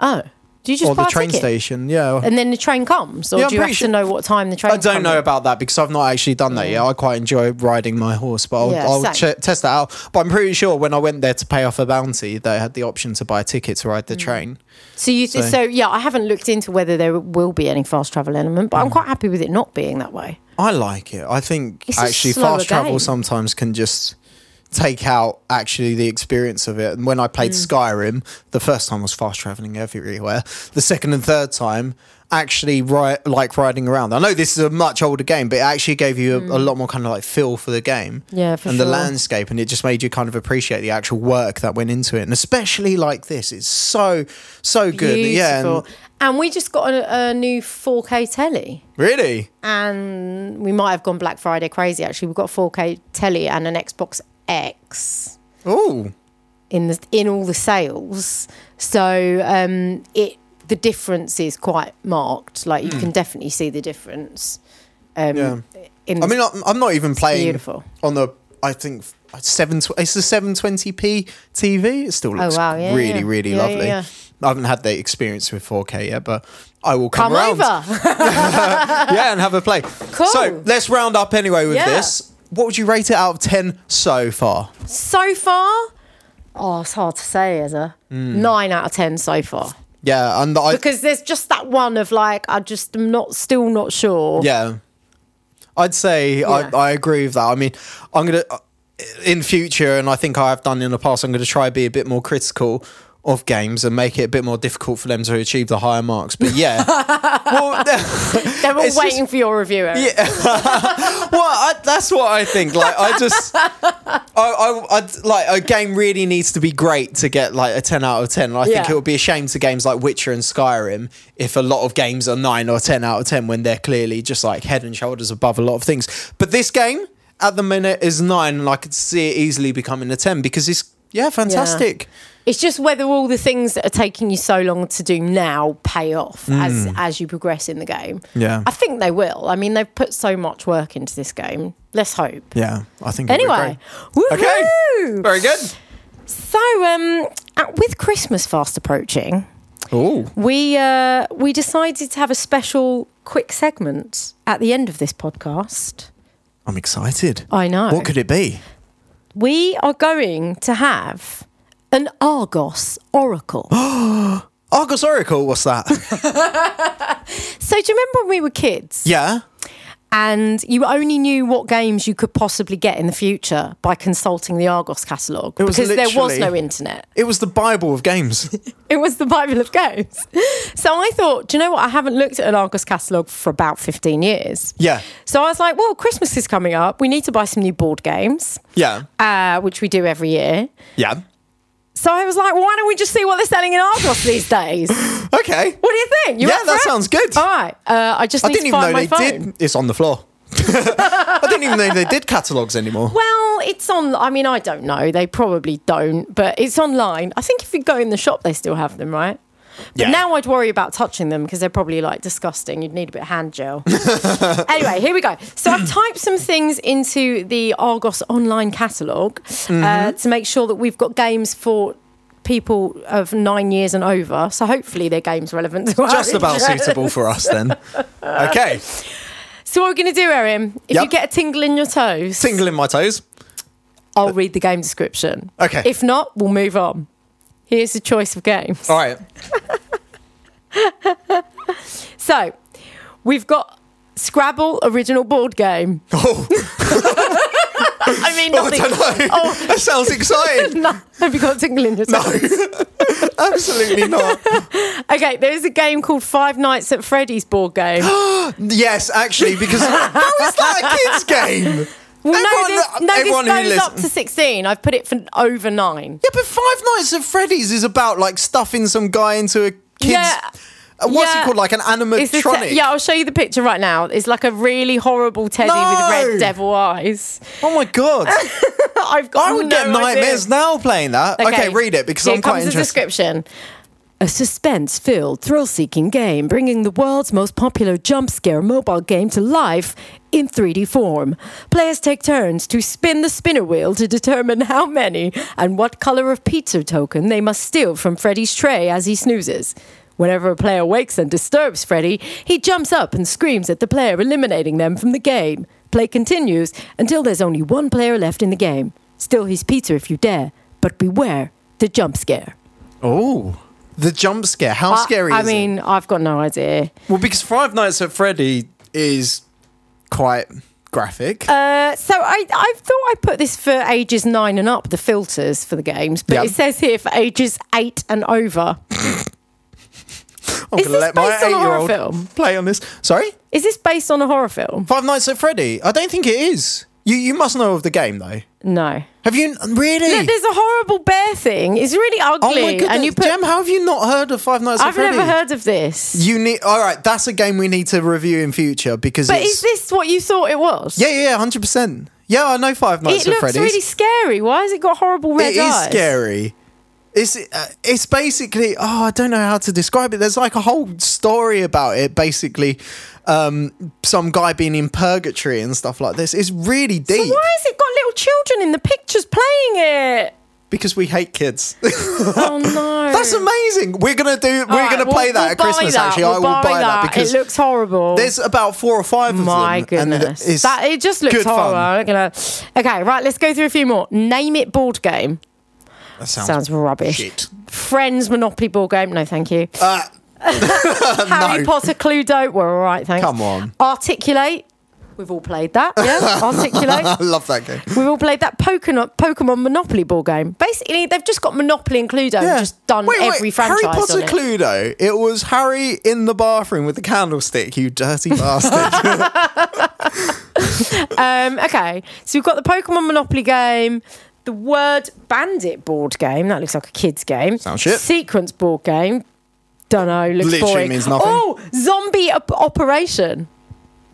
[SPEAKER 2] Oh, do you just
[SPEAKER 1] or
[SPEAKER 2] buy
[SPEAKER 1] the
[SPEAKER 2] a
[SPEAKER 1] train
[SPEAKER 2] ticket?
[SPEAKER 1] station. Yeah.
[SPEAKER 2] and then the train comes, or
[SPEAKER 1] Yeah, I'm
[SPEAKER 2] do you
[SPEAKER 1] pretty
[SPEAKER 2] have
[SPEAKER 1] sure-
[SPEAKER 2] to know what time the train?
[SPEAKER 1] I don't know about that because I've not actually done that yet. I quite enjoy riding my horse, but I'll,
[SPEAKER 2] Yeah,
[SPEAKER 1] I'll
[SPEAKER 2] same.
[SPEAKER 1] ch- test that out. But I'm pretty sure when I went there to pay off a bounty, they had the option to buy a ticket to
[SPEAKER 2] Mm.
[SPEAKER 1] ride the train.
[SPEAKER 2] So you so, so yeah, I haven't looked into whether there will be any fast travel element, but I'm
[SPEAKER 1] Mm.
[SPEAKER 2] quite happy with it not being that way.
[SPEAKER 1] I like it. I think
[SPEAKER 2] It's a
[SPEAKER 1] actually
[SPEAKER 2] slower
[SPEAKER 1] fast travel
[SPEAKER 2] game.
[SPEAKER 1] sometimes can just take out actually the experience of it. And when I
[SPEAKER 2] Hmm.
[SPEAKER 1] played Skyrim, the first time I was fast traveling everywhere. The second and third time, actually ri- like riding around. I know this is a much older game, but it actually gave you a, a lot more kind of like feel for the game.
[SPEAKER 2] Hmm. Yeah, for
[SPEAKER 1] and the
[SPEAKER 2] sure.
[SPEAKER 1] landscape, and it just made you kind of appreciate the actual work that went into it. And especially like this, it's so so good. Yeah, and-
[SPEAKER 2] Beautiful. And we just got a, a new 4K telly.
[SPEAKER 1] really.
[SPEAKER 2] and we might have gone Black Friday crazy. Actually, we've got a 4K telly and an Xbox X
[SPEAKER 1] Oh,
[SPEAKER 2] in the in all the sales. So um, it the difference is quite marked. Like you can definitely see the difference. Um,
[SPEAKER 1] Mm. Yeah.
[SPEAKER 2] In
[SPEAKER 1] I mean, I'm- I'm not even playing.
[SPEAKER 2] beautiful.
[SPEAKER 1] on the I think seven. It's a seven twenty p TV. It still looks
[SPEAKER 2] Oh, wow, yeah,
[SPEAKER 1] really
[SPEAKER 2] yeah.
[SPEAKER 1] really
[SPEAKER 2] Yeah,
[SPEAKER 1] lovely.
[SPEAKER 2] yeah,
[SPEAKER 1] I haven't had the experience with four K yet, but I will come,
[SPEAKER 2] Come
[SPEAKER 1] round.
[SPEAKER 2] over.
[SPEAKER 1] yeah, and have a play.
[SPEAKER 2] Cool.
[SPEAKER 1] So let's round up anyway with
[SPEAKER 2] Yeah.
[SPEAKER 1] this. What would you rate it out of ten so far?
[SPEAKER 2] so far, oh, it's hard to say, is it?
[SPEAKER 1] Hmm.
[SPEAKER 2] Nine out of ten so far.
[SPEAKER 1] Yeah, and I
[SPEAKER 2] Because there's just that one of like, I just am not, still not sure.
[SPEAKER 1] yeah, I'd say
[SPEAKER 2] Yeah.
[SPEAKER 1] I, I agree with that. I mean, I'm gonna uh, in future, and I think I have done in the past. I'm gonna try be a bit more critical. Of games and make it a bit more difficult for them to achieve the higher marks, but yeah, well,
[SPEAKER 2] They're all
[SPEAKER 1] It's just-
[SPEAKER 2] waiting for your review. Eric.
[SPEAKER 1] well, I, that's what I think. Like, I just, I, I, I, like a game really needs to be great to get like a ten out of ten. And I think
[SPEAKER 2] Yeah.
[SPEAKER 1] it would be a shame to games like Witcher and Skyrim if a lot of games are nine or ten out of ten when they're clearly just like head and shoulders above a lot of things. But this game at the minute is nine, and I could see it easily becoming a ten because it's yeah, fantastic.
[SPEAKER 2] It's just whether all the things that are taking you so long to do now pay off as as you progress in the game.
[SPEAKER 1] Hmm. Yeah.
[SPEAKER 2] I think they will. I mean, they've put so much work into this game. Let's hope.
[SPEAKER 1] Yeah, I think. it'd be
[SPEAKER 2] Anyway,
[SPEAKER 1] great. okay,
[SPEAKER 2] woohoo!
[SPEAKER 1] very good.
[SPEAKER 2] So, um, at- with Christmas fast approaching,
[SPEAKER 1] Oh,
[SPEAKER 2] we uh, we decided to have a special quick segment at the end of this podcast.
[SPEAKER 1] I'm excited.
[SPEAKER 2] I know.
[SPEAKER 1] What could it be?
[SPEAKER 2] we are going to have an Argos Oracle.
[SPEAKER 1] Argos Oracle, what's that?
[SPEAKER 2] so, do you remember when we were kids?
[SPEAKER 1] yeah.
[SPEAKER 2] and you only knew what games you could possibly get in the future by consulting the Argos catalogue
[SPEAKER 1] was
[SPEAKER 2] because there was
[SPEAKER 1] literally-
[SPEAKER 2] no internet.
[SPEAKER 1] It was the Bible of games.
[SPEAKER 2] It was the Bible of games. So I thought, do you know what? I haven't looked at an Argos catalogue for about 15 years.
[SPEAKER 1] Yeah.
[SPEAKER 2] So I was like, well, Christmas is coming up. We need to buy some new board games,
[SPEAKER 1] Yeah.
[SPEAKER 2] uh, which we do every year.
[SPEAKER 1] Yeah.
[SPEAKER 2] So I was like, why don't we just see what they're selling in Argos these days?
[SPEAKER 1] Okay.
[SPEAKER 2] What do you think? You
[SPEAKER 1] Yeah,
[SPEAKER 2] up for
[SPEAKER 1] that
[SPEAKER 2] it?
[SPEAKER 1] sounds good.
[SPEAKER 2] All right. Uh, I just
[SPEAKER 1] I
[SPEAKER 2] need
[SPEAKER 1] didn't
[SPEAKER 2] to
[SPEAKER 1] even know
[SPEAKER 2] find
[SPEAKER 1] they
[SPEAKER 2] my phone.
[SPEAKER 1] did. It's on the floor. I didn't even know they did catalogs anymore.
[SPEAKER 2] Well, it's on. I mean, I don't know. They probably don't, but it's online. I think if you go in the shop, they still have them, right? But
[SPEAKER 1] Yeah.
[SPEAKER 2] now I'd worry about touching them because they're probably like disgusting. You'd need a bit of hand gel. anyway, here we go. So I've typed some things into the Argos online catalog
[SPEAKER 1] Mm-hmm.
[SPEAKER 2] uh, to make sure that we've got games for people of nine years and over. So hopefully they're games relevant to our
[SPEAKER 1] Just about
[SPEAKER 2] interest.
[SPEAKER 1] suitable for us then. Okay.
[SPEAKER 2] So what we're going to do, Erin, if
[SPEAKER 1] Yep.
[SPEAKER 2] you get a tingle in your toes,
[SPEAKER 1] Tingling my toes.
[SPEAKER 2] I'll read the game description.
[SPEAKER 1] Okay.
[SPEAKER 2] If not, we'll move on. Here's the choice of games.
[SPEAKER 1] All right.
[SPEAKER 2] So we've got Scrabble original board game.
[SPEAKER 1] Oh,
[SPEAKER 2] I I mean,
[SPEAKER 1] Oh, I
[SPEAKER 2] nothing.
[SPEAKER 1] don't know.
[SPEAKER 2] Oh.
[SPEAKER 1] that sounds exciting.
[SPEAKER 2] No, have you got a tingle in your
[SPEAKER 1] No,
[SPEAKER 2] toe?
[SPEAKER 1] absolutely not.
[SPEAKER 2] Okay, there is a game called Five Nights at Freddy's board game.
[SPEAKER 1] Yes, actually, because how is that a kids game?
[SPEAKER 2] Well,
[SPEAKER 1] Everyone-
[SPEAKER 2] no, this, no,
[SPEAKER 1] everyone who
[SPEAKER 2] this goes up
[SPEAKER 1] listens-
[SPEAKER 2] to 16. I've put it for over nine.
[SPEAKER 1] Yeah, but Five Nights at Freddy's is about like stuffing some guy into a kid's.
[SPEAKER 2] Yeah.
[SPEAKER 1] Uh, What's
[SPEAKER 2] Yeah.
[SPEAKER 1] it called? Like an
[SPEAKER 2] It's a
[SPEAKER 1] animatronic.
[SPEAKER 2] te- yeah, I'll show you the picture right now. It's like a really horrible teddy
[SPEAKER 1] No!
[SPEAKER 2] with red devil eyes.
[SPEAKER 1] Oh my god!
[SPEAKER 2] I've got.
[SPEAKER 1] I would
[SPEAKER 2] no
[SPEAKER 1] get nightmares
[SPEAKER 2] idea.
[SPEAKER 1] now playing that. Okay, read it because
[SPEAKER 2] Here
[SPEAKER 1] I'm quite
[SPEAKER 2] comes the
[SPEAKER 1] interested.
[SPEAKER 2] description. A suspense filled, thrill seeking game bringing the world's most popular jump scare mobile game to life in 3D form. Players take turns to spin the spinner wheel to determine how many and what color of pizza token they must steal from Freddy's tray as he snoozes. Whenever a player wakes and disturbs Freddy, he jumps up and screams at the player, eliminating them from the game. Play continues until there's only one player left in the game. Steal his pizza if you dare, but beware the jump scare.
[SPEAKER 1] oh, the jump scare! How
[SPEAKER 2] Uh, I-
[SPEAKER 1] scary!
[SPEAKER 2] I,
[SPEAKER 1] is it?
[SPEAKER 2] mean, I've got no idea.
[SPEAKER 1] well, because Five Nights at Freddy is quite graphic.
[SPEAKER 2] Uh, so I, I thought I put this for ages nine and up, the filters for the games, but
[SPEAKER 1] Yeah.
[SPEAKER 2] it says here for ages eight and over.
[SPEAKER 1] I'm
[SPEAKER 2] is
[SPEAKER 1] gonna
[SPEAKER 2] this
[SPEAKER 1] let my
[SPEAKER 2] based on a horror
[SPEAKER 1] eight-year-old
[SPEAKER 2] film?
[SPEAKER 1] play on this. Sorry,
[SPEAKER 2] Is this based on a horror film?
[SPEAKER 1] Five Nights at Freddy. I don't think it is. You you must know of the game though.
[SPEAKER 2] No.
[SPEAKER 1] Have you really?
[SPEAKER 2] Look, there's a horrible bear thing. It's really ugly.
[SPEAKER 1] oh my goodness,
[SPEAKER 2] and you put,
[SPEAKER 1] Gem, how have you not heard of Five Nights at
[SPEAKER 2] I've
[SPEAKER 1] Freddy?
[SPEAKER 2] never heard of this.
[SPEAKER 1] You need. All right, that's a game we need to review in future because.
[SPEAKER 2] But
[SPEAKER 1] it's,
[SPEAKER 2] is this what you thought it was?
[SPEAKER 1] Yeah, yeah, yeah, hundred percent. Yeah, I know Five Nights at
[SPEAKER 2] It looks
[SPEAKER 1] Freddy's.
[SPEAKER 2] really scary. Why has it got horrible red
[SPEAKER 1] it is
[SPEAKER 2] eyes?
[SPEAKER 1] scary. It's uh, it's basically oh I don't know how to describe it. There's like a whole story about it. Basically, um, some guy being in purgatory and stuff like this. It's really deep
[SPEAKER 2] Why has it got little children in the pictures playing it?
[SPEAKER 1] because we hate kids.
[SPEAKER 2] Oh no.
[SPEAKER 1] That's amazing. We're gonna do. We're
[SPEAKER 2] All right,
[SPEAKER 1] gonna
[SPEAKER 2] we'll-
[SPEAKER 1] play that
[SPEAKER 2] we'll
[SPEAKER 1] at
[SPEAKER 2] buy
[SPEAKER 1] Christmas.
[SPEAKER 2] that.
[SPEAKER 1] Actually, I
[SPEAKER 2] We'll
[SPEAKER 1] will buy that, because
[SPEAKER 2] it looks horrible.
[SPEAKER 1] there's about four or five of
[SPEAKER 2] My
[SPEAKER 1] them. and
[SPEAKER 2] goodness,
[SPEAKER 1] it's
[SPEAKER 2] that it just looks
[SPEAKER 1] good
[SPEAKER 2] horrible.
[SPEAKER 1] fun.
[SPEAKER 2] I'm not gonna. Okay, right. Let's go through a few more. Name it board game.
[SPEAKER 1] That sounds,
[SPEAKER 2] Sounds rubbish.
[SPEAKER 1] shit.
[SPEAKER 2] Friends Monopoly board game. No, thank you.
[SPEAKER 1] Uh, no.
[SPEAKER 2] Harry Potter Cluedo. We're all right, thanks.
[SPEAKER 1] Come on.
[SPEAKER 2] Articulate. We've all played that. Yeah. Articulate.
[SPEAKER 1] I love that game.
[SPEAKER 2] We've all played that Pokemon, Pokemon Monopoly ball game. Basically, they've just got Monopoly and Cluedo and just done
[SPEAKER 1] Wait, wait,
[SPEAKER 2] every franchise
[SPEAKER 1] Harry Potter
[SPEAKER 2] on it.
[SPEAKER 1] Cluedo. It was Harry in the bathroom with the candlestick. You dirty bastard.
[SPEAKER 2] um, okay, so we've got the Pokemon Monopoly game, the Word Bandit board game. That looks like a kid's game.
[SPEAKER 1] Sounds shit.
[SPEAKER 2] Sequence board game. Don't know. Looks
[SPEAKER 1] Literally
[SPEAKER 2] boring.
[SPEAKER 1] means nothing.
[SPEAKER 2] Oh, zombie op- operation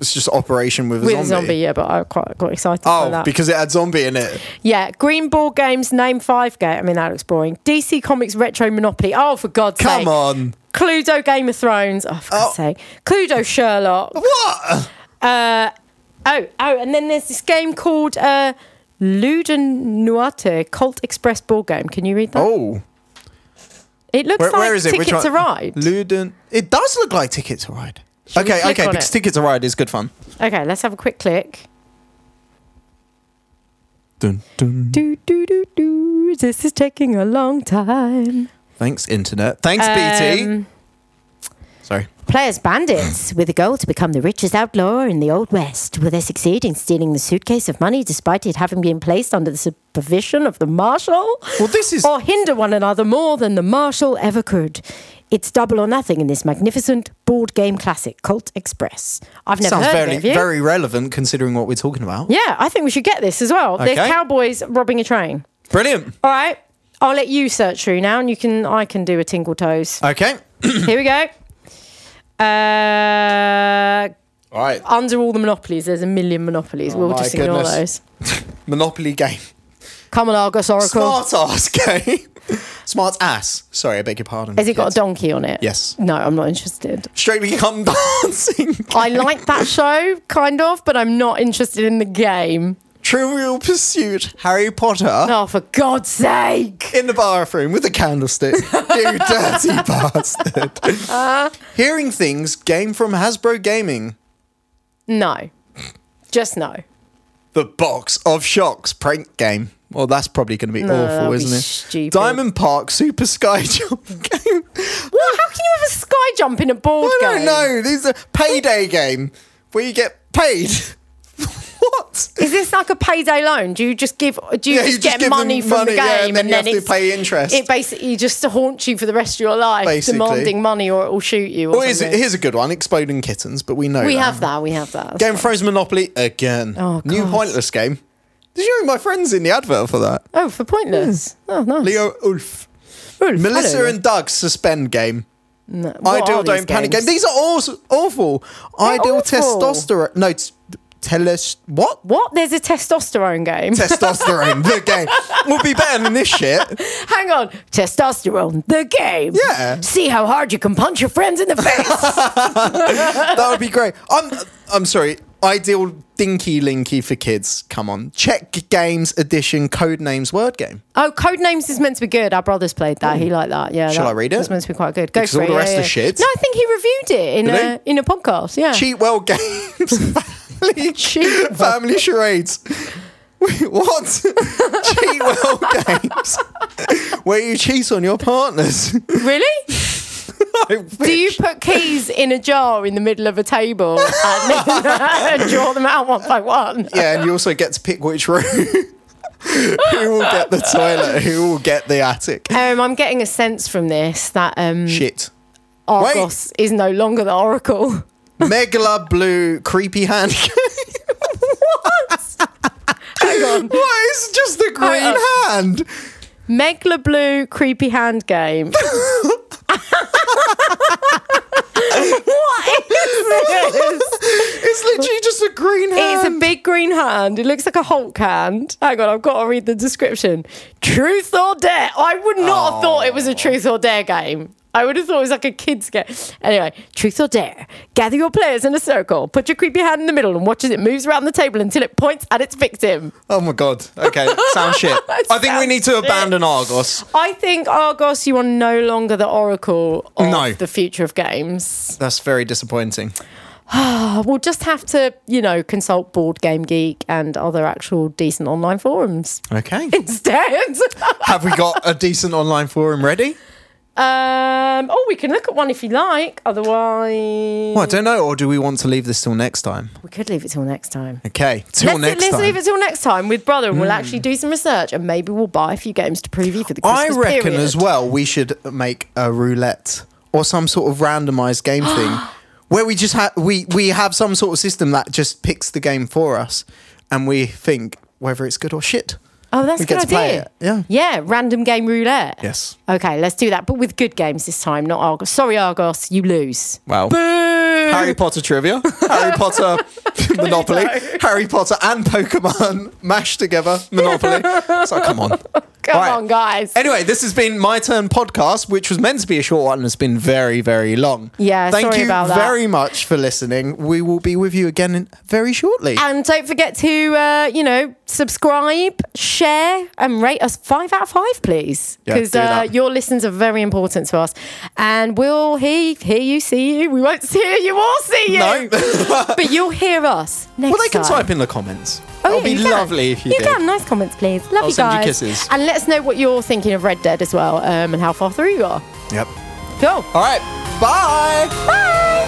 [SPEAKER 1] it's just operation with a
[SPEAKER 2] with
[SPEAKER 1] zombie.
[SPEAKER 2] a zombie. Yeah, but I quite got excited by
[SPEAKER 1] Oh,
[SPEAKER 2] that.
[SPEAKER 1] because it had zombie in it.
[SPEAKER 2] yeah, Green Ball Games Name Five Game. I mean, that looks boring. DC Comics Retro Monopoly. Oh, for God's
[SPEAKER 1] Come
[SPEAKER 2] sake!
[SPEAKER 1] on.
[SPEAKER 2] Cluedo Game of Thrones. Oh, for God's
[SPEAKER 1] Oh.
[SPEAKER 2] sake. Cluedo Sherlock.
[SPEAKER 1] What?
[SPEAKER 2] Uh, oh, oh, and then there's this game called uh, Nuate Cult Express Board Game. Can you read that?
[SPEAKER 1] Oh.
[SPEAKER 2] It looks
[SPEAKER 1] Where,
[SPEAKER 2] like
[SPEAKER 1] where is it?
[SPEAKER 2] Ticket to Ride.
[SPEAKER 1] Luden. It does look like Ticket to Ride.
[SPEAKER 2] Shall we
[SPEAKER 1] okay,
[SPEAKER 2] click
[SPEAKER 1] okay,
[SPEAKER 2] on
[SPEAKER 1] because
[SPEAKER 2] it?
[SPEAKER 1] Ticket to Ride is good fun.
[SPEAKER 2] Okay, let's have a quick click.
[SPEAKER 1] Dun, dun.
[SPEAKER 2] Do, do, do, do. This is taking a long time.
[SPEAKER 1] Thanks, Internet. Thanks, BT.
[SPEAKER 2] Um,
[SPEAKER 1] Sorry.
[SPEAKER 2] Players bandits with a goal to become the richest outlaw in the Old West. Will they succeed in stealing the suitcase of money despite it having been placed under the supervision of the marshal?
[SPEAKER 1] Well, this is.
[SPEAKER 2] or hinder one another more than the marshal ever could. It's double or nothing in this magnificent board game classic, Colt Express. I've never
[SPEAKER 1] Sounds
[SPEAKER 2] heard
[SPEAKER 1] very,
[SPEAKER 2] of it. have you?
[SPEAKER 1] very relevant considering what we're talking about.
[SPEAKER 2] yeah, I think we should get this as well. There's
[SPEAKER 1] Okay.
[SPEAKER 2] cowboys robbing a train.
[SPEAKER 1] Brilliant.
[SPEAKER 2] All right, I'll let you search through now, and you can I can do a tingle toes.
[SPEAKER 1] Okay.
[SPEAKER 2] Here we go. Uh,
[SPEAKER 1] All right.
[SPEAKER 2] under all the monopolies, there's a million monopolies. we'll
[SPEAKER 1] Oh my
[SPEAKER 2] just ignore
[SPEAKER 1] goodness.
[SPEAKER 2] those.
[SPEAKER 1] Monopoly game.
[SPEAKER 2] Come on, Argos Oracle.
[SPEAKER 1] Smart ass game. Smart ass. Sorry, I beg your pardon.
[SPEAKER 2] Has it got a
[SPEAKER 1] kids.
[SPEAKER 2] donkey on it?
[SPEAKER 1] Yes.
[SPEAKER 2] No, I'm not interested.
[SPEAKER 1] Strictly come dancing.
[SPEAKER 2] I like that show, kind of, but I'm not interested in the game.
[SPEAKER 1] Trivial Pursuit. Harry Potter.
[SPEAKER 2] Oh, for God's sake!
[SPEAKER 1] In the bathroom with a candlestick. you dirty bastard.
[SPEAKER 2] Uh.
[SPEAKER 1] Hearing Things game from Hasbro Gaming.
[SPEAKER 2] No. Just no.
[SPEAKER 1] The Box of Shocks prank game. Well, that's probably going to be awful,
[SPEAKER 2] that'll be
[SPEAKER 1] isn't it?
[SPEAKER 2] stupid.
[SPEAKER 1] Diamond Park Super Sky Jump game.
[SPEAKER 2] Well, how can you have a sky jump in a board
[SPEAKER 1] I don't
[SPEAKER 2] game?
[SPEAKER 1] know. These are payday game where you get paid. what? what?
[SPEAKER 2] Is this like a payday loan? Do you just give? Do you
[SPEAKER 1] Yeah, you
[SPEAKER 2] just,
[SPEAKER 1] just give
[SPEAKER 2] get
[SPEAKER 1] them
[SPEAKER 2] money from
[SPEAKER 1] money,
[SPEAKER 2] the game,
[SPEAKER 1] yeah, and then you have to
[SPEAKER 2] it's-
[SPEAKER 1] pay interest.
[SPEAKER 2] It basically just to haunt you for the rest of your life,
[SPEAKER 1] Basically.
[SPEAKER 2] demanding money, or it will shoot you. Or
[SPEAKER 1] Well, here's,
[SPEAKER 2] something.
[SPEAKER 1] here's a good one: exploding kittens. But we know
[SPEAKER 2] we
[SPEAKER 1] that.
[SPEAKER 2] have that. We have that.
[SPEAKER 1] Game of Thrones Monopoly again.
[SPEAKER 2] Oh,
[SPEAKER 1] New
[SPEAKER 2] God.
[SPEAKER 1] pointless game. Did you know my friends in the advert for that?
[SPEAKER 2] Oh, for pointless. Oh, nice.
[SPEAKER 1] Leo Ulf,
[SPEAKER 2] Oof, I
[SPEAKER 1] Melissa
[SPEAKER 2] don't
[SPEAKER 1] and Doug suspend game.
[SPEAKER 2] know. No, what
[SPEAKER 1] Ideal
[SPEAKER 2] are these
[SPEAKER 1] don't panic game.
[SPEAKER 2] games?
[SPEAKER 1] These are all s- awful. Ideal
[SPEAKER 2] awful.
[SPEAKER 1] testosterone. No, t- teles. What?
[SPEAKER 2] What? There's a testosterone game.
[SPEAKER 1] testosterone. the game will be better than this shit.
[SPEAKER 2] Hang on. Testosterone, the game.
[SPEAKER 1] Yeah.
[SPEAKER 2] See how hard you can punch your friends in the face.
[SPEAKER 1] That would be great. I'm I'm sorry. Ideal dinky linky for kids. Come on. Check games edition code names word game.
[SPEAKER 2] oh, Codenames is meant to be good. Our brother's played that. He liked that. Yeah.
[SPEAKER 1] Hmm. Shall
[SPEAKER 2] that
[SPEAKER 1] I read it?
[SPEAKER 2] It's meant to be quite good. Go
[SPEAKER 1] Because
[SPEAKER 2] for
[SPEAKER 1] all
[SPEAKER 2] it.
[SPEAKER 1] the
[SPEAKER 2] yeah,
[SPEAKER 1] rest
[SPEAKER 2] yeah.
[SPEAKER 1] are shit.
[SPEAKER 2] No, I think he reviewed it in
[SPEAKER 1] Did
[SPEAKER 2] a in a podcast. Yeah.
[SPEAKER 1] Cheat well games. Family
[SPEAKER 2] Cheat
[SPEAKER 1] family charades. Wait, what? cheat well games. Where you cheat on your partners.
[SPEAKER 2] Really?
[SPEAKER 1] I
[SPEAKER 2] Do
[SPEAKER 1] wish.
[SPEAKER 2] you put keys in a jar in the middle of a table and then draw them out one by one?
[SPEAKER 1] Yeah, and you also get to pick which room. who will get the toilet? Who will get the attic?
[SPEAKER 2] Um, I'm getting a sense from this that um,
[SPEAKER 1] Shit.
[SPEAKER 2] Argos is no longer the Oracle.
[SPEAKER 1] Megala blue creepy hand.
[SPEAKER 2] Hang on.
[SPEAKER 1] Why is just the green
[SPEAKER 2] Hang
[SPEAKER 1] hand?
[SPEAKER 2] Megla Blue Creepy Hand Game. what is this?
[SPEAKER 1] It's literally just a green
[SPEAKER 2] It's
[SPEAKER 1] hand.
[SPEAKER 2] a big green hand. It looks like a Hulk hand. Hang on, I've got to read the description. Truth or dare. I would not have thought it was a truth or dare game. I would have thought it was like a kid's game. Anyway, truth or dare. Gather your players in a circle. Put your creepy hand in the middle and watch as it moves around the table until it points at its victim.
[SPEAKER 1] oh my god. Okay, sound shit. I think we need to
[SPEAKER 2] Sounds shit.
[SPEAKER 1] abandon Argos.
[SPEAKER 2] I think Argos, you are no longer the oracle of
[SPEAKER 1] No.
[SPEAKER 2] the future of games.
[SPEAKER 1] That's very disappointing.
[SPEAKER 2] Uh, We'll just have to, you know, consult Board Game Geek and other actual decent online forums
[SPEAKER 1] Okay.
[SPEAKER 2] instead.
[SPEAKER 1] Have we got a decent online forum ready?
[SPEAKER 2] Um, oh, we can look at one if you like. Otherwise,
[SPEAKER 1] Well, I don't know. Or do we want to leave this till next time?
[SPEAKER 2] we could leave it till next time.
[SPEAKER 1] Okay, till
[SPEAKER 2] let's
[SPEAKER 1] next
[SPEAKER 2] let's
[SPEAKER 1] time. Hmm.
[SPEAKER 2] leave it till next time with brother, and we'll actually do some research, and maybe we'll buy a few games to preview for the
[SPEAKER 1] I
[SPEAKER 2] Christmas
[SPEAKER 1] reckon
[SPEAKER 2] period.
[SPEAKER 1] as well we should make a roulette or some sort of randomized game thing where we just have we we have some sort of system that just picks the game for us and we think whether it's good or shit.
[SPEAKER 2] Oh, that's
[SPEAKER 1] We
[SPEAKER 2] a good
[SPEAKER 1] get to
[SPEAKER 2] idea.
[SPEAKER 1] play it, yeah.
[SPEAKER 2] yeah, random game roulette.
[SPEAKER 1] Yes.
[SPEAKER 2] Okay, let's do that, but with good games this time, not Argos. Sorry, Argos, you lose.
[SPEAKER 1] Wow.
[SPEAKER 2] Boo!
[SPEAKER 1] Harry Potter trivia, Harry Potter Monopoly, Harry Potter and Pokemon mashed together Monopoly. So come on.
[SPEAKER 2] Come
[SPEAKER 1] Right.
[SPEAKER 2] on, guys.
[SPEAKER 1] Anyway, this has been my turn podcast, which was meant to be a short one and it's been very, very long.
[SPEAKER 2] Yeah,
[SPEAKER 1] thank
[SPEAKER 2] sorry
[SPEAKER 1] you
[SPEAKER 2] about that.
[SPEAKER 1] very much for listening. We will be with you again in, very shortly.
[SPEAKER 2] And don't forget to, uh, you know, subscribe, share, and rate us five out of five, please.
[SPEAKER 1] Yeah,
[SPEAKER 2] Because
[SPEAKER 1] do
[SPEAKER 2] uh,
[SPEAKER 1] that.
[SPEAKER 2] your listens are very important to us. And we'll hear, hear you, see you. We won't hear you or see you.
[SPEAKER 1] no, well,
[SPEAKER 2] But you'll hear us next
[SPEAKER 1] they can
[SPEAKER 2] time.
[SPEAKER 1] type in the comments.
[SPEAKER 2] Oh,
[SPEAKER 1] It'll
[SPEAKER 2] yeah,
[SPEAKER 1] be
[SPEAKER 2] you can.
[SPEAKER 1] lovely if you,
[SPEAKER 2] You
[SPEAKER 1] did.
[SPEAKER 2] can. Nice comments, please. Love
[SPEAKER 1] I'll
[SPEAKER 2] you
[SPEAKER 1] send you
[SPEAKER 2] guys.
[SPEAKER 1] kisses.
[SPEAKER 2] And let us know what you're thinking of Red Dead as well um, and how far through you are.
[SPEAKER 1] Yep.
[SPEAKER 2] Cool.
[SPEAKER 1] All right. Bye.
[SPEAKER 2] Bye.